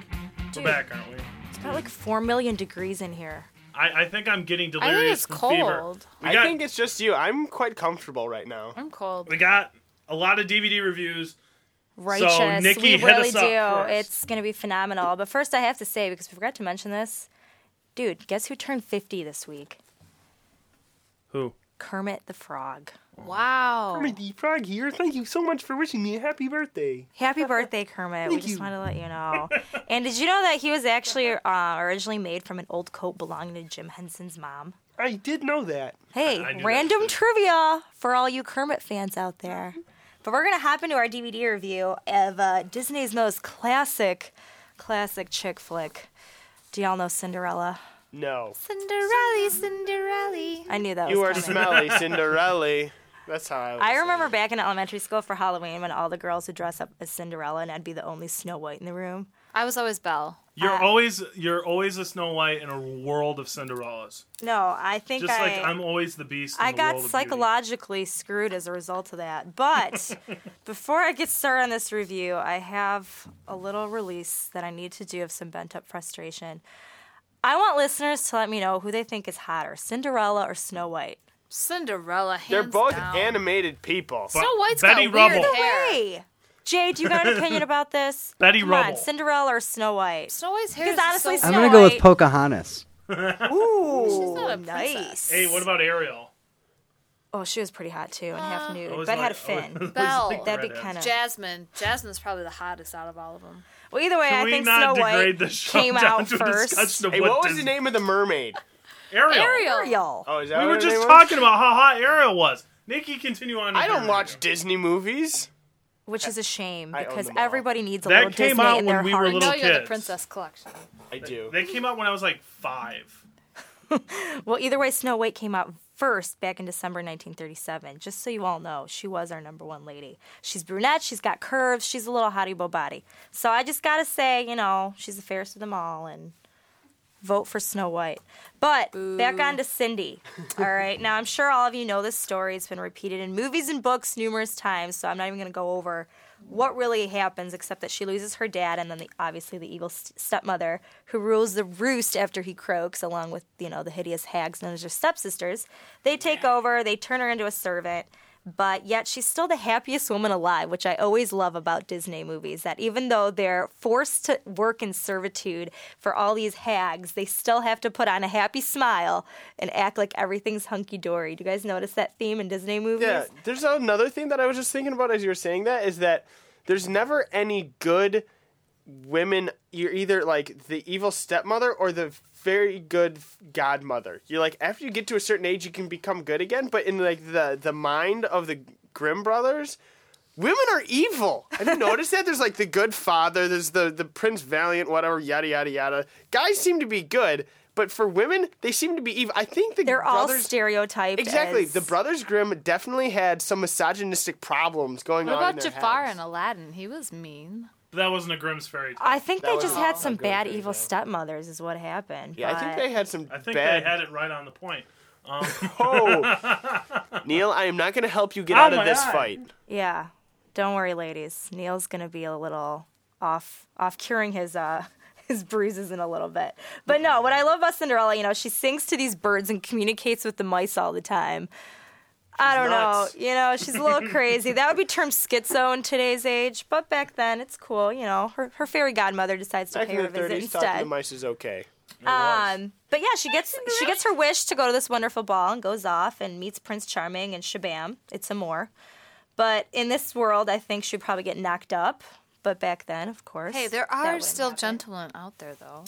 [SPEAKER 4] Dude.
[SPEAKER 3] We're back, aren't we?
[SPEAKER 4] It's got like 4 million degrees in here.
[SPEAKER 3] I, I think I'm getting
[SPEAKER 4] I
[SPEAKER 3] delirious
[SPEAKER 4] think it's
[SPEAKER 3] from fever.
[SPEAKER 4] cold.
[SPEAKER 3] We
[SPEAKER 6] I
[SPEAKER 3] got
[SPEAKER 6] think it's just you. I'm quite comfortable right now.
[SPEAKER 4] I'm cold.
[SPEAKER 3] we got a lot of DVD reviews.
[SPEAKER 4] Righteous.
[SPEAKER 3] So Nikki,
[SPEAKER 4] we
[SPEAKER 3] hit
[SPEAKER 4] really
[SPEAKER 3] us
[SPEAKER 4] do.
[SPEAKER 3] up for us.
[SPEAKER 4] It's going to be phenomenal. But first, I have to say, because we forgot to mention this, dude, guess who turned 50 this week?
[SPEAKER 3] Who?
[SPEAKER 4] Kermit the Frog. Oh.
[SPEAKER 7] Wow.
[SPEAKER 6] Kermit the Frog here. Thank you so much for wishing me a happy birthday.
[SPEAKER 4] Happy birthday, Kermit. we
[SPEAKER 6] Thank
[SPEAKER 4] just
[SPEAKER 6] you.
[SPEAKER 4] wanted to let you know. and did you know that he was actually uh, originally made from an old coat belonging to Jim Henson's mom?
[SPEAKER 6] I did know that.
[SPEAKER 4] Hey, random trivia for all you Kermit fans out there. But we're going to hop into our DVD review of uh, Disney's most classic, classic chick flick. Do y'all know Cinderella?
[SPEAKER 6] No.
[SPEAKER 7] Cinderella, Cinderella.
[SPEAKER 4] I knew that
[SPEAKER 6] you are
[SPEAKER 4] was coming.
[SPEAKER 6] smelly, Cinderella. That's how I. would
[SPEAKER 4] I
[SPEAKER 6] say
[SPEAKER 4] remember back in elementary school for Halloween when all the girls would dress up as Cinderella and I'd be the only Snow White in the room.
[SPEAKER 7] I was always Belle.
[SPEAKER 3] You're
[SPEAKER 4] Uh,
[SPEAKER 3] always you're always a Snow White in a world of Cinderellas.
[SPEAKER 4] No, I think
[SPEAKER 3] Just
[SPEAKER 4] I,
[SPEAKER 3] like I'm always the beast. In
[SPEAKER 4] I
[SPEAKER 3] the
[SPEAKER 4] got
[SPEAKER 3] world of
[SPEAKER 4] psychologically screwed as a result of that. But before I get started on this review, I have a little release that I need to do of some bent up frustration. I want listeners to let me know who they think is hotter, Cinderella or Snow White.
[SPEAKER 7] Cinderella.
[SPEAKER 6] They're
[SPEAKER 7] hands
[SPEAKER 6] both
[SPEAKER 7] down.
[SPEAKER 6] animated people.
[SPEAKER 4] Snow White's
[SPEAKER 6] Betty
[SPEAKER 4] got
[SPEAKER 6] Rubble.
[SPEAKER 4] weird hair. Jay, do you got an opinion about this?
[SPEAKER 6] Betty
[SPEAKER 4] Come on,
[SPEAKER 6] Rubble.
[SPEAKER 4] Cinderella or Snow White? Snow
[SPEAKER 7] White's hair
[SPEAKER 4] Because
[SPEAKER 7] is so
[SPEAKER 4] honestly,
[SPEAKER 10] I'm
[SPEAKER 4] Snow
[SPEAKER 10] gonna go with
[SPEAKER 4] White-
[SPEAKER 10] Pocahontas.
[SPEAKER 4] Ooh,
[SPEAKER 7] She's not a
[SPEAKER 4] nice.
[SPEAKER 3] Beauty. Hey, what about Ariel?
[SPEAKER 4] Oh, she was pretty hot too, and half nude,
[SPEAKER 3] Always
[SPEAKER 4] but had a
[SPEAKER 3] like- always-
[SPEAKER 4] fin.
[SPEAKER 3] always
[SPEAKER 7] Uh, Belle.
[SPEAKER 3] like
[SPEAKER 4] That'd be
[SPEAKER 3] redheads.
[SPEAKER 4] kind of
[SPEAKER 7] Jasmine. Jasmine's probably the hottest out of all of them.
[SPEAKER 4] Well, either way,
[SPEAKER 3] Can
[SPEAKER 4] I
[SPEAKER 3] we
[SPEAKER 4] think
[SPEAKER 3] not
[SPEAKER 4] Snow
[SPEAKER 3] degrade
[SPEAKER 4] White
[SPEAKER 3] this show
[SPEAKER 4] came
[SPEAKER 3] down
[SPEAKER 4] out
[SPEAKER 3] to a
[SPEAKER 4] first.
[SPEAKER 3] discussion of
[SPEAKER 6] Hey,
[SPEAKER 3] what
[SPEAKER 6] what, was
[SPEAKER 3] Disney-
[SPEAKER 6] the name of the mermaid?
[SPEAKER 3] Ariel.
[SPEAKER 4] Ariel.
[SPEAKER 6] Oh, is that
[SPEAKER 3] We
[SPEAKER 6] what
[SPEAKER 3] were
[SPEAKER 6] her
[SPEAKER 3] just
[SPEAKER 6] name was?
[SPEAKER 3] talking about how hot Ariel was. Nikki, continue on.
[SPEAKER 6] I don't watch Disney movies.
[SPEAKER 4] which is a shame
[SPEAKER 3] I own
[SPEAKER 4] because
[SPEAKER 3] them all.
[SPEAKER 4] everybody needs a
[SPEAKER 3] That
[SPEAKER 4] little
[SPEAKER 3] came
[SPEAKER 4] Disney
[SPEAKER 3] out
[SPEAKER 4] in
[SPEAKER 3] when
[SPEAKER 4] their
[SPEAKER 3] we were
[SPEAKER 4] heart.
[SPEAKER 3] little Now you have the kids.
[SPEAKER 4] princess collection.
[SPEAKER 6] I do.
[SPEAKER 3] They came out when I was like five.
[SPEAKER 4] Well, either way, Snow White came out first back in December 1937. Just so you all know, she was our number one lady. She's brunette, she's got curves, she's a little hottie body. So I just gotta say, you know, she's the fairest of them all, and vote for Snow White. But back on to Cindy. All right, now I'm sure all of you know this story. It's been repeated in movies and books numerous times, so I'm not even gonna go over what really happens except that she loses her dad and then the, obviously the evil st- stepmother who rules the roost after he croaks along with you know the hideous hags known as her stepsisters they take over they turn her into a servant but yet she's still the happiest woman alive which i always love about disney movies that even though they're forced to work in servitude for all these hags they still have to put on a happy smile and act like everything's hunky-dory do you guys notice that theme in disney movies
[SPEAKER 6] Yeah, there's another thing that I was just thinking about as you were saying that is that there's never any good women. You're either like the evil stepmother or the very good godmother. You're like after you get to a certain age, you can become good again. But in like the the mind of the Grimm brothers. Women are evil. Have you noticed that? There's like the good father, there's the, the Prince Valiant, whatever, yada, yada, yada. Guys seem to be good, but for women, they seem to be evil. I think the
[SPEAKER 4] they're all
[SPEAKER 6] brothers.
[SPEAKER 4] stereotyped
[SPEAKER 6] Exactly.
[SPEAKER 4] as-
[SPEAKER 6] The Brothers Grimm definitely had some misogynistic problems going
[SPEAKER 7] What
[SPEAKER 6] on.
[SPEAKER 7] about
[SPEAKER 6] in their
[SPEAKER 7] Jafar
[SPEAKER 6] heads.
[SPEAKER 7] and Aladdin? He was mean.
[SPEAKER 3] That wasn't a Grimm's fairy tale.
[SPEAKER 4] I think
[SPEAKER 6] That
[SPEAKER 4] they
[SPEAKER 6] was
[SPEAKER 4] just
[SPEAKER 6] a-
[SPEAKER 4] had some
[SPEAKER 6] a great
[SPEAKER 4] bad
[SPEAKER 6] thing,
[SPEAKER 4] evil stepmothers, is what happened.
[SPEAKER 6] Yeah, I think
[SPEAKER 4] but-
[SPEAKER 6] they had some
[SPEAKER 3] I think
[SPEAKER 6] bad.
[SPEAKER 3] they had it right on the point. Um,
[SPEAKER 6] Neil, I am not going to help you get
[SPEAKER 3] Oh,
[SPEAKER 6] out of
[SPEAKER 3] my
[SPEAKER 6] this
[SPEAKER 3] eye.
[SPEAKER 6] fight.
[SPEAKER 4] Yeah, don't worry, ladies. Neil's gonna be a little off off curing his uh his bruises in a little bit. But no, what I love about Cinderella, you know, she sings to these birds and communicates with the mice all the time. I
[SPEAKER 17] She's
[SPEAKER 4] don't
[SPEAKER 17] nuts.
[SPEAKER 4] know. You know, she's a little crazy. That would be termed schizo in today's age, but back then it's cool. You know, her, her fairy godmother decides to
[SPEAKER 6] Back
[SPEAKER 4] pay
[SPEAKER 6] in
[SPEAKER 4] her
[SPEAKER 6] the
[SPEAKER 4] a visit
[SPEAKER 6] 30s, talking
[SPEAKER 4] instead.
[SPEAKER 6] to mice is okay.
[SPEAKER 4] Um, but yeah, she gets she gets her wish to go to this wonderful ball and goes off and meets Prince Charming and Shabam. It's a more. But in this world, I think she'd probably get knocked up. But back then, of course.
[SPEAKER 7] Hey, there
[SPEAKER 4] that
[SPEAKER 7] are
[SPEAKER 4] wouldn't
[SPEAKER 7] still
[SPEAKER 4] happen.
[SPEAKER 7] gentlemen out there, though.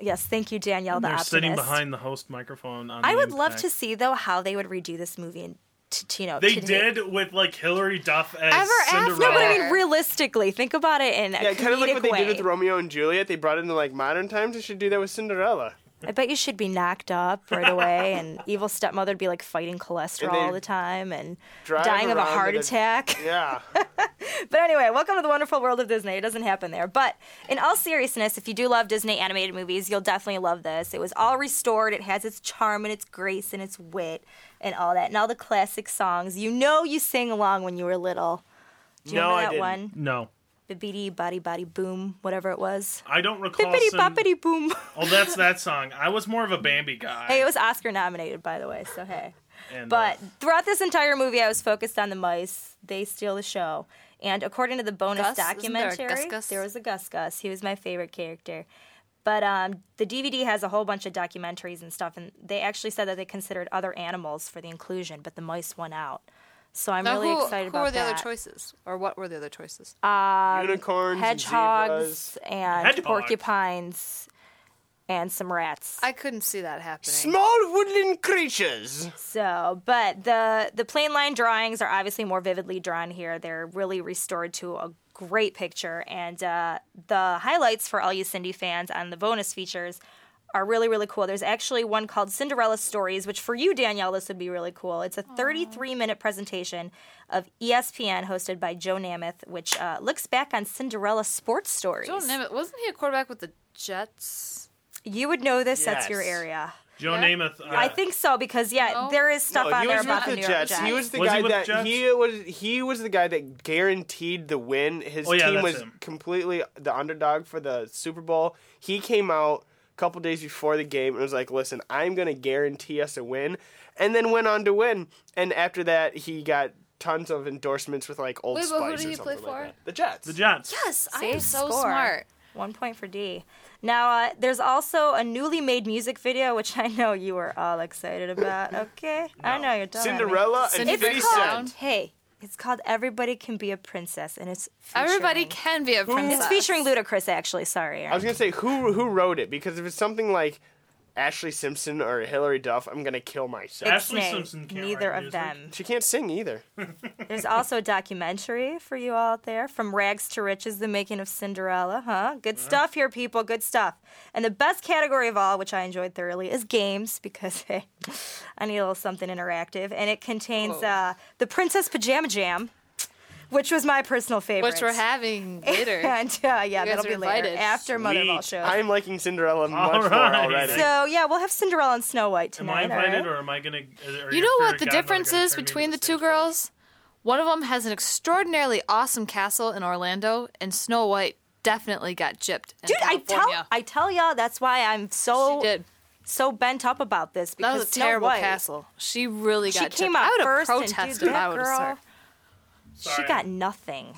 [SPEAKER 4] Yes, thank you, Danielle. The
[SPEAKER 3] they're sitting
[SPEAKER 4] optimist.
[SPEAKER 3] behind the host microphone. On
[SPEAKER 4] I
[SPEAKER 3] the
[SPEAKER 4] would love
[SPEAKER 3] impact.
[SPEAKER 4] to see though how they would redo this movie and t- t- you know
[SPEAKER 3] They
[SPEAKER 4] today.
[SPEAKER 3] did with like Hillary Duff as
[SPEAKER 4] Ever after.
[SPEAKER 3] Cinderella.
[SPEAKER 4] No, but I mean realistically, think about it in a
[SPEAKER 6] Yeah, kind of like
[SPEAKER 4] comedic
[SPEAKER 6] what they
[SPEAKER 4] way.
[SPEAKER 6] did with Romeo and Juliet. They brought it into like modern times. They should do that with Cinderella.
[SPEAKER 4] I bet you should be knocked up right away, and evil stepmother'd be like fighting cholesterol all the time and
[SPEAKER 6] Drive
[SPEAKER 4] dying of a
[SPEAKER 6] around
[SPEAKER 4] heart
[SPEAKER 6] in a-
[SPEAKER 4] attack.
[SPEAKER 6] Yeah.
[SPEAKER 4] But anyway, welcome to the wonderful world of Disney. It doesn't happen there. But in all seriousness, if you do love Disney animated movies, you'll definitely love this. It was all restored. It has its charm and its grace and its wit and all that. And all the classic songs. You know you sang along when you were little. Do you
[SPEAKER 3] no,
[SPEAKER 4] remember
[SPEAKER 3] I
[SPEAKER 4] that
[SPEAKER 3] didn't.
[SPEAKER 4] one?
[SPEAKER 3] No,
[SPEAKER 4] The beady body body boom, whatever it was.
[SPEAKER 3] I don't recall.
[SPEAKER 4] Bippity
[SPEAKER 3] Cin-
[SPEAKER 4] boppity boom.
[SPEAKER 3] Oh, that's that song. I was more of a Bambi guy.
[SPEAKER 4] Hey, it was Oscar nominated, by the way, so hey.
[SPEAKER 6] uh,
[SPEAKER 3] And, uh,
[SPEAKER 4] But throughout this entire movie, I was focused on the mice. They steal the show. And according to the bonus
[SPEAKER 7] Gus? Isn't there a
[SPEAKER 4] documentary,
[SPEAKER 7] Gus Gus?
[SPEAKER 4] there was a Gus Gus. He was my favorite character. But um, the DVD has a whole bunch of documentaries and stuff, and they actually said that they considered other animals for the inclusion, but the mice won out. So I'm
[SPEAKER 7] Now,
[SPEAKER 4] really
[SPEAKER 7] who,
[SPEAKER 4] excited
[SPEAKER 7] who
[SPEAKER 4] about
[SPEAKER 7] were the
[SPEAKER 4] that.
[SPEAKER 7] other choices, or what were the other choices?
[SPEAKER 4] um,
[SPEAKER 6] Unicorns and
[SPEAKER 4] hedgehogs,
[SPEAKER 6] zebras.
[SPEAKER 4] and
[SPEAKER 6] Hedgehogs.
[SPEAKER 4] porcupines, and some rats.
[SPEAKER 7] I couldn't see that happening.
[SPEAKER 6] Small woodland creatures.
[SPEAKER 4] So, but the the plain line drawings are obviously more vividly drawn here. They're really restored to a great picture, and uh, the highlights for all you Cindy fans on the bonus features are really really cool. There's actually one called Cinderella Stories, which for you Danielle this would be really cool. It's a 33 minute presentation of E ESPN hosted by Joe Namath, which uh, looks back on Cinderella sports stories.
[SPEAKER 7] Joe Namath wasn't he a quarterback with the Jets?
[SPEAKER 4] You would know this. That's your
[SPEAKER 7] Yes.
[SPEAKER 4] area.
[SPEAKER 3] Joe Namath. Uh,
[SPEAKER 4] I think so because yeah,
[SPEAKER 7] Oh.
[SPEAKER 4] there is stuff
[SPEAKER 6] no,
[SPEAKER 4] on
[SPEAKER 6] Oh, he
[SPEAKER 4] there
[SPEAKER 6] was
[SPEAKER 4] about
[SPEAKER 6] with
[SPEAKER 4] the
[SPEAKER 6] the
[SPEAKER 4] New York
[SPEAKER 6] Jets. He was the
[SPEAKER 3] Was he
[SPEAKER 6] guy
[SPEAKER 3] with
[SPEAKER 6] that
[SPEAKER 3] the Jets?
[SPEAKER 6] he was. He was the guy that guaranteed the win. His
[SPEAKER 3] Oh, yeah,
[SPEAKER 6] team
[SPEAKER 3] that's
[SPEAKER 6] was
[SPEAKER 3] him.
[SPEAKER 6] completely the underdog for the Super Bowl. He came out a couple days before the game and was like, "Listen, I'm going to guarantee us a win," and then went on to win. And after that, he got tons of endorsements with like Old
[SPEAKER 7] Wait,
[SPEAKER 6] Spice
[SPEAKER 7] but who did
[SPEAKER 6] or
[SPEAKER 7] he play
[SPEAKER 6] something like
[SPEAKER 7] for?
[SPEAKER 6] that. The Jets.
[SPEAKER 3] the Jets.
[SPEAKER 7] Yes, I am
[SPEAKER 4] Save
[SPEAKER 7] so
[SPEAKER 4] score.
[SPEAKER 7] smart.
[SPEAKER 4] One point for D. Now, uh, there's also a newly made music video, which I know you were all excited about. Okay, I know you're done. at me.
[SPEAKER 6] Cinderella and
[SPEAKER 4] it's
[SPEAKER 6] 50
[SPEAKER 4] called,
[SPEAKER 6] Cent.
[SPEAKER 4] Hey, it's called Everybody Can Be a Princess, and it's featuring,
[SPEAKER 7] Everybody can be a princess.
[SPEAKER 4] It's featuring Ludacris, actually. Sorry,
[SPEAKER 6] I was gonna
[SPEAKER 4] Aaron.
[SPEAKER 6] say who who wrote it because if it's something like Ashley Simpson or Hillary Duff, I'm gonna kill myself.
[SPEAKER 4] It's Ashley nay, Simpson can't neither write of music. them.
[SPEAKER 6] She can't sing either.
[SPEAKER 4] There's also a documentary for you all out there from Rags to Riches, The Making of Cinderella, huh? Good stuff here, people. Good stuff. And the best category of all, which I enjoyed thoroughly, is games because hey, I need a little something interactive. And it contains uh, the Princess Pajama Jam. Which was my personal favorite.
[SPEAKER 7] Which we're having later.
[SPEAKER 4] and uh, yeah,
[SPEAKER 7] You guys
[SPEAKER 4] that'll
[SPEAKER 7] are
[SPEAKER 4] be later
[SPEAKER 7] invited.
[SPEAKER 4] after Mother of All Shows.
[SPEAKER 6] I'm liking Cinderella much more
[SPEAKER 3] right.
[SPEAKER 6] already.
[SPEAKER 4] So yeah, we'll have Cinderella and Snow White
[SPEAKER 3] Am I
[SPEAKER 4] tonight. all
[SPEAKER 3] invited
[SPEAKER 4] right?
[SPEAKER 3] or am I gonna? are
[SPEAKER 7] You
[SPEAKER 3] your
[SPEAKER 7] know
[SPEAKER 3] fairy
[SPEAKER 7] what the
[SPEAKER 3] godmother
[SPEAKER 7] difference
[SPEAKER 3] gonna
[SPEAKER 7] is
[SPEAKER 3] turn me
[SPEAKER 7] between the two girls? One of them has an extraordinarily awesome castle in Orlando, and Snow White definitely got gypped. in
[SPEAKER 4] Dude, I tell
[SPEAKER 7] California.
[SPEAKER 4] I tell y'all that's why I'm so so bent up about this
[SPEAKER 7] that
[SPEAKER 4] because
[SPEAKER 7] was a
[SPEAKER 4] Snow
[SPEAKER 7] terrible
[SPEAKER 4] White,
[SPEAKER 7] castle. She really
[SPEAKER 4] She
[SPEAKER 7] got.
[SPEAKER 4] came
[SPEAKER 7] gypped.
[SPEAKER 4] out
[SPEAKER 7] I would have
[SPEAKER 4] first and, dude,
[SPEAKER 7] protested. if
[SPEAKER 4] that
[SPEAKER 7] I would have
[SPEAKER 4] girl-
[SPEAKER 7] served.
[SPEAKER 4] She got nothing.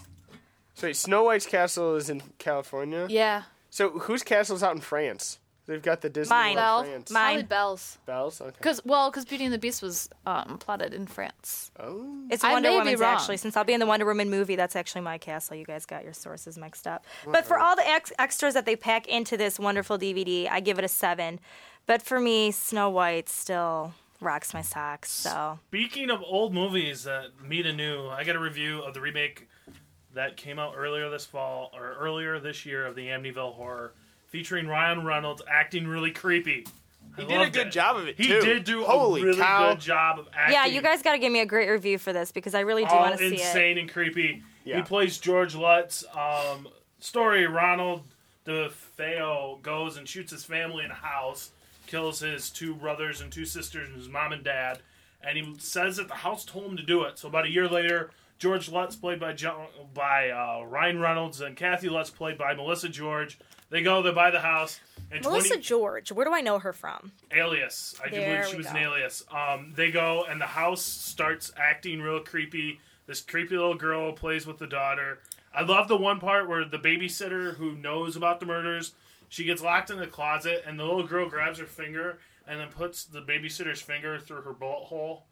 [SPEAKER 6] So wait, Snow White's castle is in California.
[SPEAKER 7] Yeah.
[SPEAKER 6] So whose castle's out in France? They've got the Disney World
[SPEAKER 7] Mine. Belle.
[SPEAKER 6] France.
[SPEAKER 7] Mine. Probably Belle's.
[SPEAKER 6] Belle's. Okay.
[SPEAKER 7] Because well, because Beauty and the Beast was um, plotted in France.
[SPEAKER 6] Oh,
[SPEAKER 4] It's
[SPEAKER 7] I
[SPEAKER 4] Wonder
[SPEAKER 7] may be
[SPEAKER 4] Woman's
[SPEAKER 7] wrong.
[SPEAKER 4] actually, since I'll be in the Wonder Woman movie. That's actually my castle. You guys got your sources mixed up. But for all the ex- extras that they pack into this wonderful DVD, I give it a seven. But for me, Snow White still rocks my socks. So
[SPEAKER 3] Speaking of old movies that meet anew, I got a review of the remake that came out earlier this fall or earlier this year of the Amityville Horror, featuring Ryan Reynolds acting really creepy. I
[SPEAKER 6] He did a
[SPEAKER 3] loved
[SPEAKER 6] good
[SPEAKER 3] it.
[SPEAKER 6] job of it,
[SPEAKER 3] He
[SPEAKER 6] too.
[SPEAKER 3] did do
[SPEAKER 6] Holy
[SPEAKER 3] a really
[SPEAKER 6] cow.
[SPEAKER 3] good job of acting.
[SPEAKER 4] yeah, you guys got to give me a great review for this because I really do
[SPEAKER 3] all
[SPEAKER 4] want to see it.
[SPEAKER 3] insane and creepy. He
[SPEAKER 4] Yeah.
[SPEAKER 3] plays George Lutz. Um, story: Ronald DeFeo goes and shoots his family in a house, kills his two brothers and two sisters and his mom and dad, and he says that the house told him to do it. So about a year later, George Lutz, played by John, by uh, Ryan Reynolds, and Kathy Lutz, played by Melissa George, they go they buy the house. And 20
[SPEAKER 4] Melissa George, where do I know her from?
[SPEAKER 3] Alias. I do
[SPEAKER 4] There
[SPEAKER 3] believe she
[SPEAKER 4] we
[SPEAKER 3] was
[SPEAKER 4] go.
[SPEAKER 3] an alias. Um, they go and the house starts acting real creepy. This creepy little girl plays with the daughter. I love the one part where the babysitter who knows about the murders, she gets locked in the closet and the little girl grabs her finger and then puts the babysitter's finger through her bullet hole.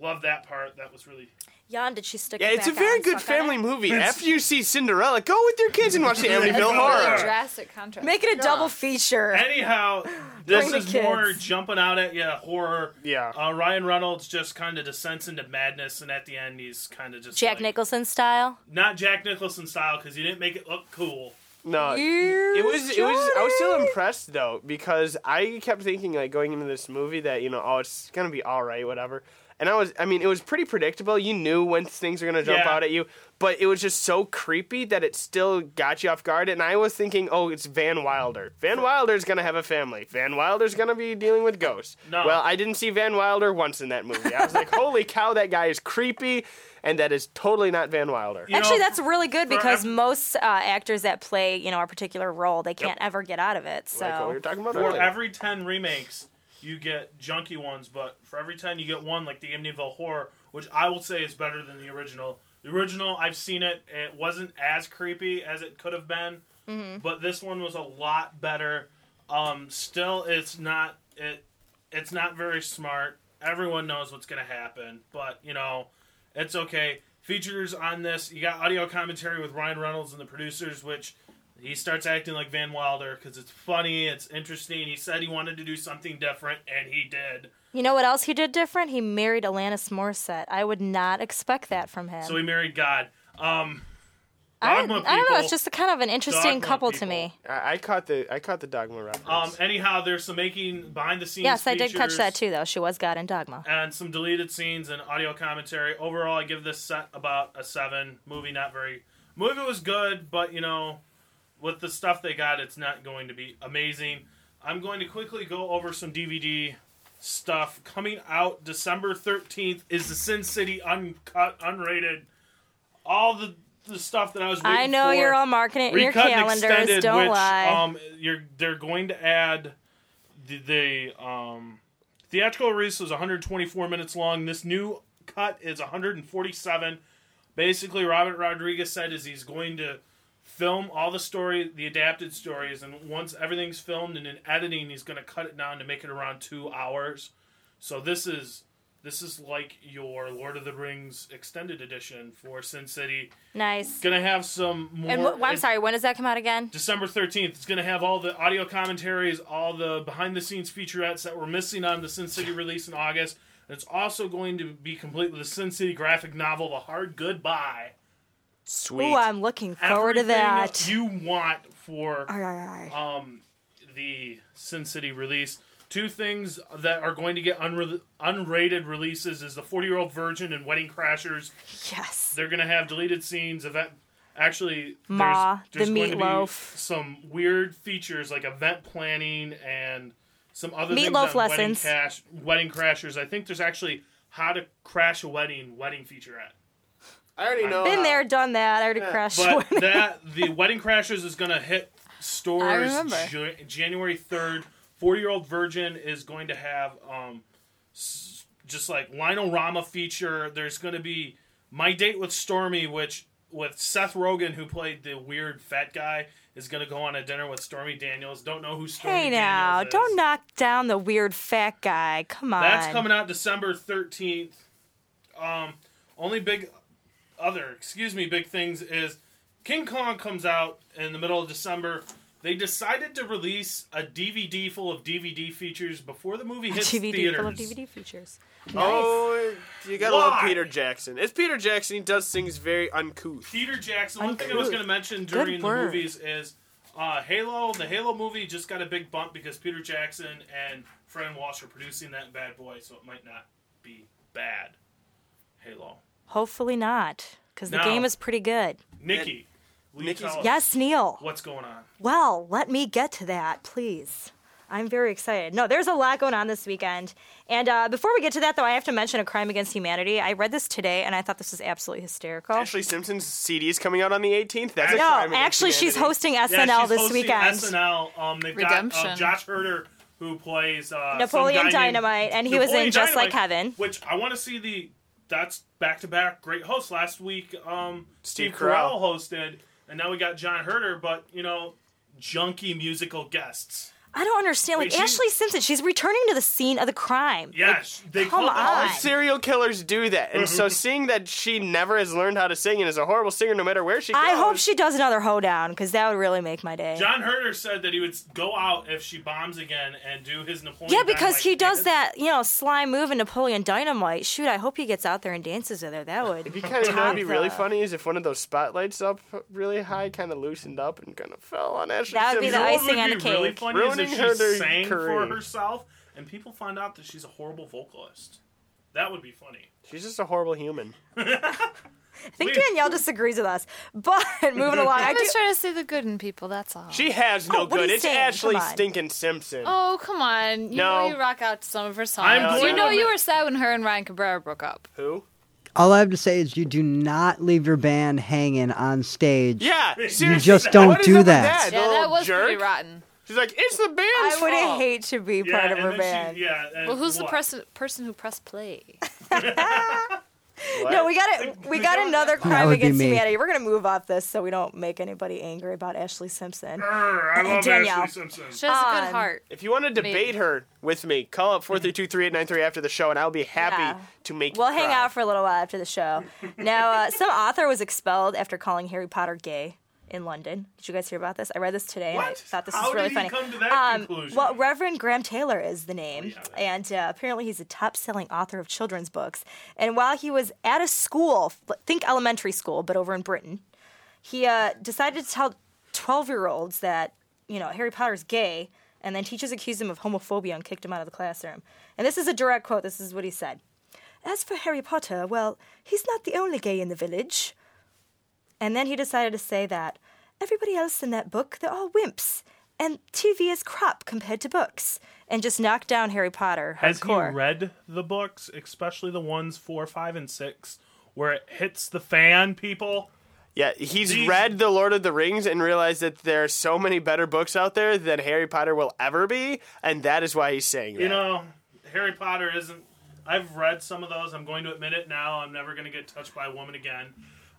[SPEAKER 3] Love that part. That was really
[SPEAKER 4] Jan, did she stick?
[SPEAKER 6] Yeah,
[SPEAKER 4] it
[SPEAKER 6] it's a
[SPEAKER 4] back
[SPEAKER 6] very
[SPEAKER 4] on,
[SPEAKER 6] good
[SPEAKER 4] suck on
[SPEAKER 6] family
[SPEAKER 4] it?
[SPEAKER 6] movie. After you see Cinderella, go with your kids and watch the
[SPEAKER 3] That's
[SPEAKER 6] Amityville
[SPEAKER 3] really
[SPEAKER 6] Horror.
[SPEAKER 7] Drastic contrast.
[SPEAKER 4] Make it a double feature.
[SPEAKER 3] Anyhow, this
[SPEAKER 4] Ah, Bring the
[SPEAKER 3] is more
[SPEAKER 4] kids.
[SPEAKER 3] jumping out at you horror.
[SPEAKER 6] Yeah.
[SPEAKER 3] Uh, Ryan Reynolds just kind of descends into madness, and at the end, he's kind of just
[SPEAKER 4] Jack Nicholson style.
[SPEAKER 3] not Jack Nicholson style because he didn't make it look cool.
[SPEAKER 6] No, it was it was. I was still impressed though because I kept thinking like going into this movie that you know oh it's gonna be all right whatever. And I was, I mean, it was pretty predictable. You knew when things were gonna jump
[SPEAKER 3] Yeah.
[SPEAKER 6] out at you, but it was just so creepy that it still got you off guard. And I was thinking, oh, it's Van Wilder. Van Wilder's gonna have a family. Van Wilder's gonna be dealing with ghosts.
[SPEAKER 3] No.
[SPEAKER 6] Well, I didn't see Van Wilder once in that movie. I was like, holy cow, that guy is creepy, and that is totally not Van Wilder.
[SPEAKER 4] Actually, that's really good
[SPEAKER 6] for
[SPEAKER 4] because
[SPEAKER 6] ev-
[SPEAKER 4] most uh, actors that play, you know, a particular role, they can't ever get out of it. So
[SPEAKER 6] Like what we were talking about
[SPEAKER 3] For
[SPEAKER 6] earlier.
[SPEAKER 3] every ten remakes, you get junky ones, but for every ten, you get one like the Amityville Horror, which I will say is better than the original. The original, I've seen it; it wasn't as creepy as it could have been, but this one was a lot better. Um, still, it's not it. It's not very smart. Everyone knows what's going to happen, but you know, it's okay. Features on this, you got audio commentary with Ryan Reynolds and the producers, which he starts acting like Van Wilder because it's funny, it's interesting. He said he wanted to do something different, and he did.
[SPEAKER 4] you know what else he did different? He married Alanis Morissette. I would not expect that from him.
[SPEAKER 3] So he married God. Um,
[SPEAKER 4] I, I
[SPEAKER 3] Dogma
[SPEAKER 4] don't know.
[SPEAKER 3] people.
[SPEAKER 4] It's just a kind of an interesting
[SPEAKER 3] Dogma
[SPEAKER 4] couple to
[SPEAKER 3] people.
[SPEAKER 4] me.
[SPEAKER 6] I, I caught the I caught the dogma reference.
[SPEAKER 3] Um, anyhow, there's some making behind the scenes.
[SPEAKER 4] Yes, I did catch
[SPEAKER 3] features.
[SPEAKER 4] that too, though. She was God in Dogma.
[SPEAKER 3] and some deleted scenes and audio commentary. Overall, I give this set about a seven. Movie not very. Movie was good, but you know, with the stuff they got, it's not going to be amazing. I'm going to quickly go over some DVD stuff coming out December 13th. Is the Sin City uncut, unrated? All the the stuff that I was. Waiting
[SPEAKER 4] I know
[SPEAKER 3] for.
[SPEAKER 4] you're all marking it in your
[SPEAKER 3] Recut and
[SPEAKER 4] calendars,
[SPEAKER 3] extended,
[SPEAKER 4] don't
[SPEAKER 3] which,
[SPEAKER 4] lie.
[SPEAKER 3] Um, you're they're going to add the, the um, theatrical release was 124 minutes long. This new cut is 147. Basically, Robert Rodriguez said is he's going to film all the story, the adapted stories, and once everything's filmed and in editing, he's going to cut it down to make it around two hours. So this is This is like your Lord of the Rings extended edition for Sin City.
[SPEAKER 4] Nice.
[SPEAKER 3] Gonna have some more.
[SPEAKER 4] and wh- I'm
[SPEAKER 3] it-
[SPEAKER 4] sorry, when does that come out again?
[SPEAKER 3] December 13th. It's going to have all the audio commentaries, all the behind the scenes featurettes that we're missing on the Sin City release in August. And it's also going to be complete with the Sin City graphic novel, The Hard Goodbye.
[SPEAKER 4] Sweet. Ooh, I'm looking forward to
[SPEAKER 3] Everything
[SPEAKER 4] that.
[SPEAKER 3] You want for
[SPEAKER 4] Aye, aye,
[SPEAKER 3] um, the Sin City release. Two things that are going to get unre- unrated releases is the 40 year old virgin and Wedding Crashers.
[SPEAKER 4] Yes.
[SPEAKER 3] They're going to have deleted scenes of that. Actually, there's-
[SPEAKER 4] Ma, the
[SPEAKER 3] there's, going to be
[SPEAKER 4] meatloaf.
[SPEAKER 3] some weird features like event planning and some other things
[SPEAKER 4] Meatloaf
[SPEAKER 3] on wedding,
[SPEAKER 4] lessons.
[SPEAKER 3] cash, wedding crashers. I think there's actually how to crash a wedding wedding featurette.
[SPEAKER 6] I already know.
[SPEAKER 4] Been
[SPEAKER 6] how-
[SPEAKER 4] there, done that. I already crashed.
[SPEAKER 3] But that the Wedding Crashers is going to hit
[SPEAKER 4] I
[SPEAKER 3] stores
[SPEAKER 4] remember.
[SPEAKER 3] Ja- January third. Forty Year Old Virgin is going to have um, s- just like Lionel Rama feature. There's going to be My Date with Stormy, which with Seth Rogen, who played the weird fat guy, is going to go on a dinner with Stormy Daniels. Don't know who Stormy
[SPEAKER 4] Hey now,
[SPEAKER 3] Daniels is.
[SPEAKER 4] don't knock down the weird fat guy. Come on.
[SPEAKER 3] That's coming out December 13th. Um, only big other, excuse me, big things is King Kong comes out in the middle of December. They decided to release a DVD full of DVD features before the movie
[SPEAKER 4] A
[SPEAKER 3] hits
[SPEAKER 4] DVD
[SPEAKER 3] theaters.
[SPEAKER 4] full of DVD features.
[SPEAKER 6] Oh, you gotta love
[SPEAKER 3] Why?
[SPEAKER 6] Peter Jackson. It's Peter Jackson. He does things very uncouth.
[SPEAKER 3] Peter Jackson. One thing I was
[SPEAKER 6] Uncouth.
[SPEAKER 3] going to mention
[SPEAKER 6] Good
[SPEAKER 3] during the
[SPEAKER 6] word.
[SPEAKER 3] movies is uh, Halo. The Halo movie just got a big bump because Peter Jackson and Fran Walsh are producing that bad boy, so it might not be bad. Halo.
[SPEAKER 4] Hopefully not, because the
[SPEAKER 3] No.
[SPEAKER 4] game is pretty good.
[SPEAKER 3] Nikki. will you tell us
[SPEAKER 4] Yes, Neil.
[SPEAKER 3] What's going on?
[SPEAKER 4] Well, let me get to that, please. I'm very excited. No, there's a lot going on this weekend. And uh, before we get to that, though, I have to mention a crime against humanity. I read this today, and I thought this was absolutely hysterical.
[SPEAKER 6] Ashley Simpson's CD is coming out on the 18th. That's a
[SPEAKER 4] No,
[SPEAKER 6] crime against
[SPEAKER 4] actually, she's
[SPEAKER 6] humanity.
[SPEAKER 4] hosting
[SPEAKER 3] Yeah,
[SPEAKER 4] SNL
[SPEAKER 3] she's
[SPEAKER 4] this
[SPEAKER 3] hosting
[SPEAKER 4] weekend.
[SPEAKER 3] SNL. Um, they've got uh,
[SPEAKER 4] Redemption.
[SPEAKER 3] Josh Herder who plays uh, some
[SPEAKER 4] Napoleon
[SPEAKER 3] guy named-
[SPEAKER 4] Dynamite, and he was
[SPEAKER 3] Napoleon
[SPEAKER 4] in Just Like
[SPEAKER 3] Dynamite,
[SPEAKER 4] Heaven.
[SPEAKER 3] Which I want to see the that's back to back great hosts. Last week, um, Steve,
[SPEAKER 6] Steve
[SPEAKER 3] Carell
[SPEAKER 6] Carell.
[SPEAKER 3] hosted, and now we got John Herder. But you know, junky musical guests.
[SPEAKER 4] I don't understand. Like
[SPEAKER 3] Wait, she-
[SPEAKER 4] Ashley Simpson, she's returning to the scene of the crime.
[SPEAKER 3] Yes, they
[SPEAKER 4] come
[SPEAKER 6] All
[SPEAKER 4] on.
[SPEAKER 6] serial killers do that, and so seeing that she never has learned how to sing and is a horrible singer, no matter where she goes.
[SPEAKER 4] I hope she does another hoedown because that would really make my day.
[SPEAKER 3] John Herder said that he would go out if she bombs again and do his Napoleon.
[SPEAKER 4] yeah, because
[SPEAKER 3] Dynamite
[SPEAKER 4] he does
[SPEAKER 3] dance.
[SPEAKER 4] that, you know, sly move in Napoleon Dynamite. Shoot, I hope he gets out there and dances with her. That would.
[SPEAKER 6] You kind of know
[SPEAKER 4] top
[SPEAKER 6] would be really
[SPEAKER 4] the-
[SPEAKER 6] funny is if one of those spotlights up really high kind of loosened up and kind of fell on Ashley.
[SPEAKER 4] That would be
[SPEAKER 3] You
[SPEAKER 4] the
[SPEAKER 3] know what
[SPEAKER 4] icing
[SPEAKER 3] would
[SPEAKER 4] on
[SPEAKER 3] be
[SPEAKER 4] the
[SPEAKER 3] Really
[SPEAKER 4] cake.
[SPEAKER 3] funny
[SPEAKER 6] Ruining
[SPEAKER 3] is if
[SPEAKER 6] her
[SPEAKER 3] she
[SPEAKER 6] to
[SPEAKER 3] sang
[SPEAKER 6] career.
[SPEAKER 3] for herself and people find out that she's a horrible vocalist. That would be funny.
[SPEAKER 6] She's just a horrible human.
[SPEAKER 4] I think Danielle disagrees with us. But moving along, I
[SPEAKER 7] I'm
[SPEAKER 4] do.
[SPEAKER 7] just trying to see the good in people. That's all.
[SPEAKER 6] She has no
[SPEAKER 4] Oh, what are
[SPEAKER 6] good.
[SPEAKER 4] you
[SPEAKER 6] It's
[SPEAKER 4] saying?
[SPEAKER 6] Ashley
[SPEAKER 4] Come on.
[SPEAKER 6] stinking Simpson.
[SPEAKER 7] Oh come on! You
[SPEAKER 6] No.
[SPEAKER 7] know you rock out to some of her songs.
[SPEAKER 6] I'm
[SPEAKER 7] you
[SPEAKER 6] going
[SPEAKER 7] know
[SPEAKER 6] to-
[SPEAKER 7] you were sad when her and Ryan Cabrera broke up.
[SPEAKER 6] Who?
[SPEAKER 10] All I have to say is you do not leave your band hanging on stage.
[SPEAKER 6] Yeah,
[SPEAKER 10] you
[SPEAKER 6] seriously,
[SPEAKER 10] just
[SPEAKER 6] that-
[SPEAKER 10] don't
[SPEAKER 6] what is
[SPEAKER 10] do
[SPEAKER 6] up with
[SPEAKER 10] that.
[SPEAKER 6] that?
[SPEAKER 7] Yeah,
[SPEAKER 6] Little
[SPEAKER 7] that was pretty
[SPEAKER 6] jerk.
[SPEAKER 7] rotten.
[SPEAKER 6] She's like, it's the band's
[SPEAKER 4] I would
[SPEAKER 6] fault."
[SPEAKER 4] hate to be
[SPEAKER 3] Yeah,
[SPEAKER 4] part of
[SPEAKER 3] and
[SPEAKER 4] her
[SPEAKER 3] then
[SPEAKER 4] band.
[SPEAKER 3] She, yeah. and
[SPEAKER 7] Well, who's the
[SPEAKER 3] what?
[SPEAKER 7] person person who pressed play?
[SPEAKER 4] No, we got it. We got another crime
[SPEAKER 10] would be
[SPEAKER 4] against
[SPEAKER 10] me.
[SPEAKER 4] humanity. We're gonna move off this so we don't make anybody angry about Ashley Simpson.
[SPEAKER 3] Grr, I love
[SPEAKER 4] Danielle. Um,
[SPEAKER 3] Ashley Simpson.
[SPEAKER 7] She has a
[SPEAKER 4] On.
[SPEAKER 7] good heart.
[SPEAKER 6] If you want to debate her with me, call up 432-3893 after the show, and I'll be happy
[SPEAKER 4] Yeah.
[SPEAKER 6] to make.
[SPEAKER 4] We'll
[SPEAKER 6] you
[SPEAKER 4] hang
[SPEAKER 6] cry.
[SPEAKER 4] out for a little while after the show. Now, uh, some author was expelled after calling Harry Potter gay in London. Did you guys hear about this? I read this today and I
[SPEAKER 3] What?
[SPEAKER 4] thought this
[SPEAKER 3] How
[SPEAKER 4] was really
[SPEAKER 3] did he
[SPEAKER 4] funny.
[SPEAKER 3] come to that
[SPEAKER 4] um,
[SPEAKER 3] conclusion? Oh,
[SPEAKER 4] Well, Reverend Graham Taylor is the name, and uh, apparently he's a top-selling author of children's books. And while he was at a school, think elementary school, but over in Britain, he uh, decided to tell 12 year olds that, you know, Harry Potter's gay, and then teachers accused him of homophobia and kicked him out of the classroom. And this is a direct quote. This is what he said As for Harry Potter, well, he's not the only gay in the village. And then he decided to say that everybody else in that book, they're all wimps. And TV is crap compared to books. And just knocked down Harry Potter.
[SPEAKER 3] Has he
[SPEAKER 4] hardcore.
[SPEAKER 3] read the books, especially the ones four, five, and six, where it hits the fan, people?
[SPEAKER 6] Yeah, he's
[SPEAKER 3] These-
[SPEAKER 6] read The Lord of the Rings and realized that there are so many better books out there than Harry Potter will ever be, and that is why he's saying that.
[SPEAKER 3] You know, Harry Potter isn't. I've read some of those. I'm going to admit it now. I'm never going to get touched by a woman again.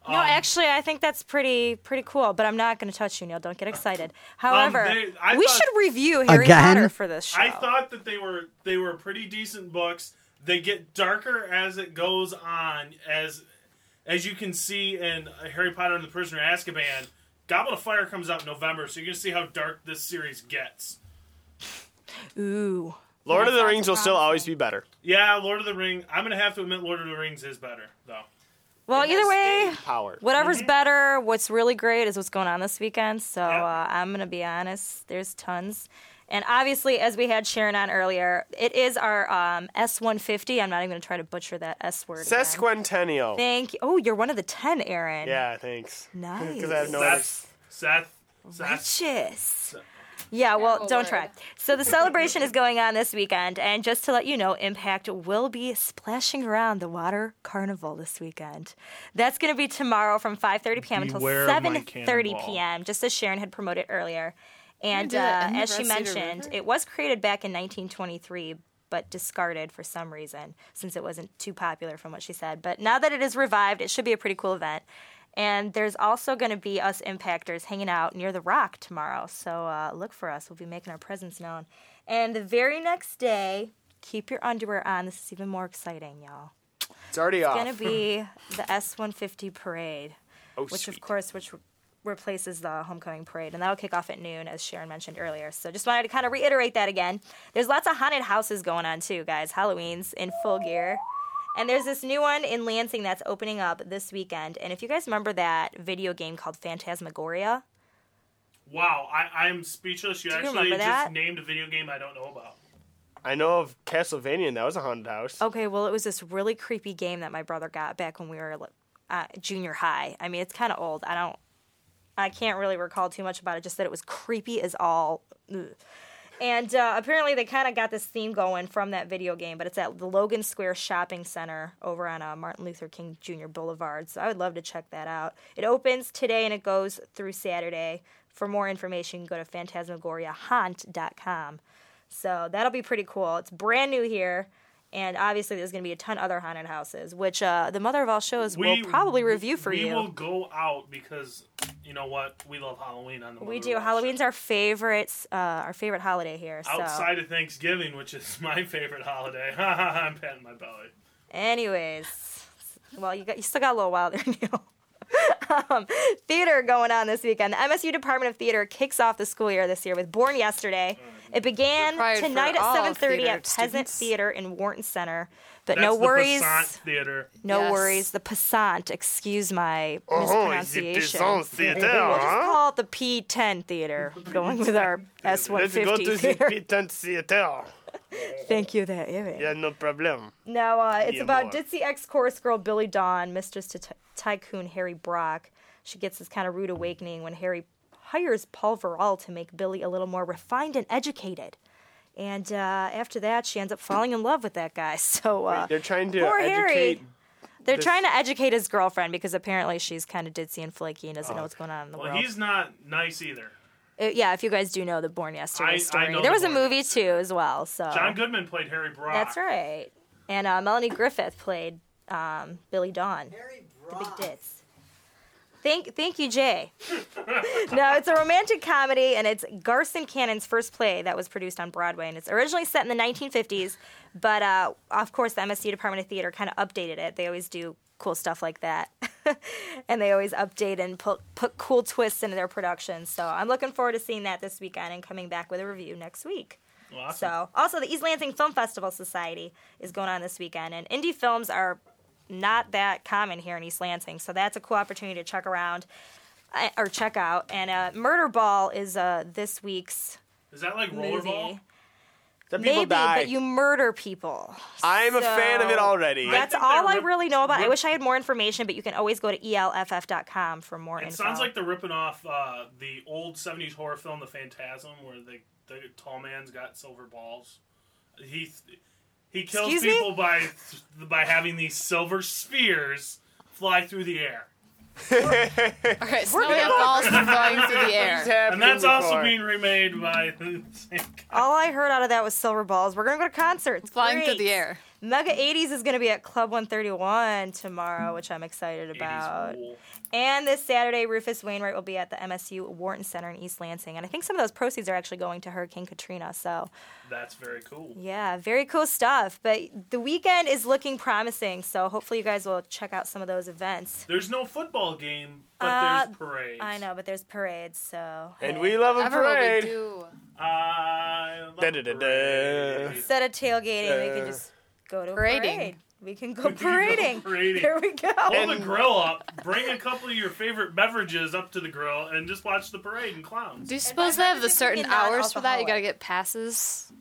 [SPEAKER 4] No,
[SPEAKER 3] um,
[SPEAKER 4] actually, I think that's pretty pretty cool. But I'm not going to touch you, Neil. Don't get excited. However,
[SPEAKER 3] they- Um, I
[SPEAKER 4] we
[SPEAKER 3] thought-
[SPEAKER 4] should review Harry
[SPEAKER 10] Again?
[SPEAKER 4] Potter for this show.
[SPEAKER 3] I thought that they were they were pretty decent books. They get darker as it goes on, as as you can see in Harry Potter and the Prisoner of Azkaban. Goblet of Fire comes out in November, so you're gonna see how dark this series gets.
[SPEAKER 4] Ooh.
[SPEAKER 6] Lord of the Rings will still always be better.
[SPEAKER 3] Yeah, Lord of the Ring. I'm gonna have to admit, Lord of the Rings is better though. Mm-hmm.
[SPEAKER 4] Well, either way,
[SPEAKER 6] Power.
[SPEAKER 4] whatever's better, what's really great is what's going on this weekend. So uh, I'm going to be honest, there's tons. And obviously, as we had Sharon on earlier, it is our um, S150. I'm not even going to try to butcher that S word. again.
[SPEAKER 6] Sesquicentennial.
[SPEAKER 4] Thank you. Oh, you're one of the 10, Aaron.
[SPEAKER 6] Yeah, thanks.
[SPEAKER 4] Nice.
[SPEAKER 6] Because I have no
[SPEAKER 3] Seth, Seth, Seth.
[SPEAKER 4] Righteous. Yeah, well, don't try. So the celebration is going on this weekend, and just to let you know, Impact will be splashing around the water carnival this weekend. That's going to be tomorrow from 5:30 p.m. until
[SPEAKER 3] Beware my
[SPEAKER 4] 7:30
[SPEAKER 3] cannonball.
[SPEAKER 4] p.m. Just as Sharon had promoted earlier, and
[SPEAKER 7] did
[SPEAKER 4] uh,
[SPEAKER 7] it in
[SPEAKER 4] as she
[SPEAKER 7] Rest Cedar
[SPEAKER 4] mentioned,
[SPEAKER 7] River?
[SPEAKER 4] it was created back in 1923. But discarded for some reason since it wasn't too popular, from what she said. But now that it is revived, it should be a pretty cool event. And there's also going to be us impactors hanging out near the rock tomorrow. So uh, look for us. We'll be making our presence known. And the very next day, keep your underwear on. This is even more exciting, y'all.
[SPEAKER 6] It's already
[SPEAKER 4] It's
[SPEAKER 6] off.
[SPEAKER 4] going to be the S150 parade,
[SPEAKER 6] Oh,
[SPEAKER 4] which, of
[SPEAKER 6] sweet.
[SPEAKER 4] course, which re- replaces the homecoming parade. And that'll kick off at noon, as Sharon mentioned earlier. So just wanted to kind of reiterate that again. There's lots of haunted houses going on, too, guys. Halloween's in full gear. And there's this new one in Lansing that's opening up this weekend. And if you guys remember that video game called Phantasmagoria,
[SPEAKER 3] Wow, I, I'm speechless. You
[SPEAKER 4] Do you
[SPEAKER 3] actually
[SPEAKER 4] remember
[SPEAKER 3] just
[SPEAKER 4] that?
[SPEAKER 3] named a video game I don't know about.
[SPEAKER 6] I know of Castlevania, and that was a haunted house.
[SPEAKER 4] Okay, well, it was this really creepy game that my brother got back when we were like, uh, junior high. I mean, it's kind of old. I don't, I can't really recall too much about it. Just that it was creepy as all. Ugh. And uh, apparently, they kind of got this theme going from that video game, but it's at the Logan Square Shopping Center over on uh, Martin Luther King Jr. Boulevard. So I would love to check that out. It opens today and it goes through Saturday. For more information, you can go to phantasmagoriahaunt.com. So that'll be pretty cool. It's brand new here. And obviously, there's going to be a ton of other haunted houses, which uh, the mother of all shows will probably review for
[SPEAKER 3] we
[SPEAKER 4] you.
[SPEAKER 3] We will go out because you know what? We love Halloween on the
[SPEAKER 4] we
[SPEAKER 3] Mother
[SPEAKER 4] do.
[SPEAKER 3] Road.
[SPEAKER 4] Halloween's our favorite, uh, our favorite holiday here. so.
[SPEAKER 3] outside of Thanksgiving, which is my favorite holiday. I'm patting my belly.
[SPEAKER 4] Anyways, well, you got you still got a little while there, Neil. um, theater going on this weekend. The MSU Department of Theater kicks off the school year this year with Born Yesterday. It began
[SPEAKER 7] Required for
[SPEAKER 4] tonight
[SPEAKER 7] all
[SPEAKER 4] at 7:30 at
[SPEAKER 7] theater
[SPEAKER 4] Peasant
[SPEAKER 7] students.
[SPEAKER 4] Theater in Wharton Center. But
[SPEAKER 3] That's
[SPEAKER 4] no worries,
[SPEAKER 3] The Passant Theater.
[SPEAKER 4] no worries. The Passant, excuse my
[SPEAKER 3] Oh, it's the
[SPEAKER 4] mispronunciation.
[SPEAKER 3] Passant Theater, huh?
[SPEAKER 4] we'll just call it the P10 Theater. Going with our
[SPEAKER 6] Let's go to
[SPEAKER 4] S150
[SPEAKER 6] the
[SPEAKER 4] theater.
[SPEAKER 6] Pitan Theater.
[SPEAKER 4] Thank you, there, Eric.
[SPEAKER 6] Yeah, no problem.
[SPEAKER 4] Now, uh, it's
[SPEAKER 6] Yeah,
[SPEAKER 4] about
[SPEAKER 6] boy.
[SPEAKER 4] ditzy ex chorus girl Billy Dawn, mistress to ty- tycoon Harry Brock. She gets this kind of rude awakening when Harry hires Paul Verall to make Billy a little more refined and educated. And uh, after that, she ends up falling in love with that guy. So uh,
[SPEAKER 6] They're trying to
[SPEAKER 4] poor
[SPEAKER 6] educate.
[SPEAKER 4] Harry. They're
[SPEAKER 6] this-
[SPEAKER 4] trying to educate his girlfriend because apparently she's kind of ditzy and flaky and doesn't know what's going on in the
[SPEAKER 3] Oh, Well,
[SPEAKER 4] world.
[SPEAKER 3] he's not nice either.
[SPEAKER 4] Uh, yeah, if you guys do know the Born Yesterday
[SPEAKER 3] I- I
[SPEAKER 4] story,
[SPEAKER 3] know
[SPEAKER 4] there
[SPEAKER 3] the
[SPEAKER 4] was a
[SPEAKER 3] Born
[SPEAKER 4] movie too as well. So
[SPEAKER 3] John Goodman played Harry Brock.
[SPEAKER 4] that's right. And uh, Melanie Griffith played um, Billy Dawn. The Big Tits. Thank, thank you, Jay. no, it's a romantic comedy, and it's Garson Cannon's first play that was produced on Broadway, and it's originally set in the 1950s. But uh, of course, the MSU Department of Theater kind of updated it. They always do cool stuff like that, and they always update and put, put cool twists into their productions. So I'm looking forward to seeing that this weekend and coming back with a review next week.
[SPEAKER 3] Awesome.
[SPEAKER 4] So, also the East Lansing Film Festival Society is going on this weekend, and indie films are not that common here in East Lansing, so that's a cool opportunity to check around uh, or check out. And uh, Murder Ball is uh, this week's
[SPEAKER 3] Is that like
[SPEAKER 4] movie.
[SPEAKER 3] rollerball?
[SPEAKER 6] That people
[SPEAKER 4] Maybe,
[SPEAKER 6] die.
[SPEAKER 4] but you murder people.
[SPEAKER 6] I'm a fan of it
[SPEAKER 4] So
[SPEAKER 6] already.
[SPEAKER 4] That's all I really know about. it. I wish I had more information, but you can always go to E elff.com for more
[SPEAKER 3] It
[SPEAKER 4] info.
[SPEAKER 3] sounds like they're ripping off uh, the old '70s horror film, The Phantasm, where the the tall man's got silver balls. He he kills
[SPEAKER 4] Excuse me?
[SPEAKER 3] people by by having these silver spears fly through the air.
[SPEAKER 5] Okay, so now we have balls flying through the air.
[SPEAKER 3] and that's also
[SPEAKER 5] before.
[SPEAKER 3] being remade by the same
[SPEAKER 4] All I heard out of that was silver balls. We're gonna go to concerts.
[SPEAKER 7] Flying through
[SPEAKER 4] Great.
[SPEAKER 7] the air.
[SPEAKER 4] Mega 80s is going to be at Club 131 tomorrow, which I'm excited about. And this Saturday, Rufus Wainwright will be at the MSU Wharton Center in East Lansing. And I think some of those proceeds are actually going to Hurricane Katrina. So,
[SPEAKER 3] That's very cool.
[SPEAKER 4] yeah, very cool stuff. But the weekend is looking promising. So, hopefully, you guys will check out some of those events.
[SPEAKER 3] There's no football game, but
[SPEAKER 4] Uh,
[SPEAKER 3] there's parade.
[SPEAKER 4] I know, but there's parades. So,
[SPEAKER 6] And we love a
[SPEAKER 4] Whatever we
[SPEAKER 6] parade.
[SPEAKER 4] do.
[SPEAKER 6] Da-da-da-da.
[SPEAKER 4] Instead of tailgating, we
[SPEAKER 6] Uh,
[SPEAKER 4] can just go to a
[SPEAKER 7] Parading.
[SPEAKER 4] parade. We can go
[SPEAKER 3] We can go
[SPEAKER 4] parading.
[SPEAKER 3] parading.
[SPEAKER 4] There we go.
[SPEAKER 3] Pull the grill up, bring a couple of your favorite beverages up to the grill, and just watch the parade and clowns.
[SPEAKER 7] Do you suppose they have the certain hours for that? You gotta get passes,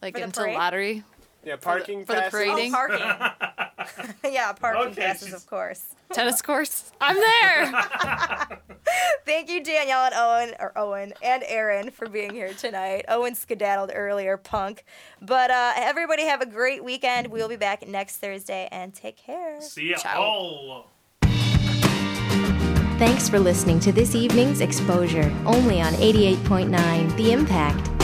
[SPEAKER 7] like
[SPEAKER 4] For the
[SPEAKER 7] into
[SPEAKER 4] parade?
[SPEAKER 7] lottery.
[SPEAKER 6] Yeah, parking
[SPEAKER 7] for the
[SPEAKER 6] passes.
[SPEAKER 7] parading.
[SPEAKER 4] Oh, yeah, parking passes, of course.
[SPEAKER 7] Tennis course. I'm there.
[SPEAKER 4] Thank you, Danielle and Owen, or Owen and Aaron, for being here tonight. Owen skedaddled earlier, punk. But uh, everybody have a great weekend. We'll be back next Thursday, and take care.
[SPEAKER 3] See ya
[SPEAKER 4] Ciao.
[SPEAKER 3] all.
[SPEAKER 1] Thanks for listening to this evening's exposure, only on 88.9 The Impact.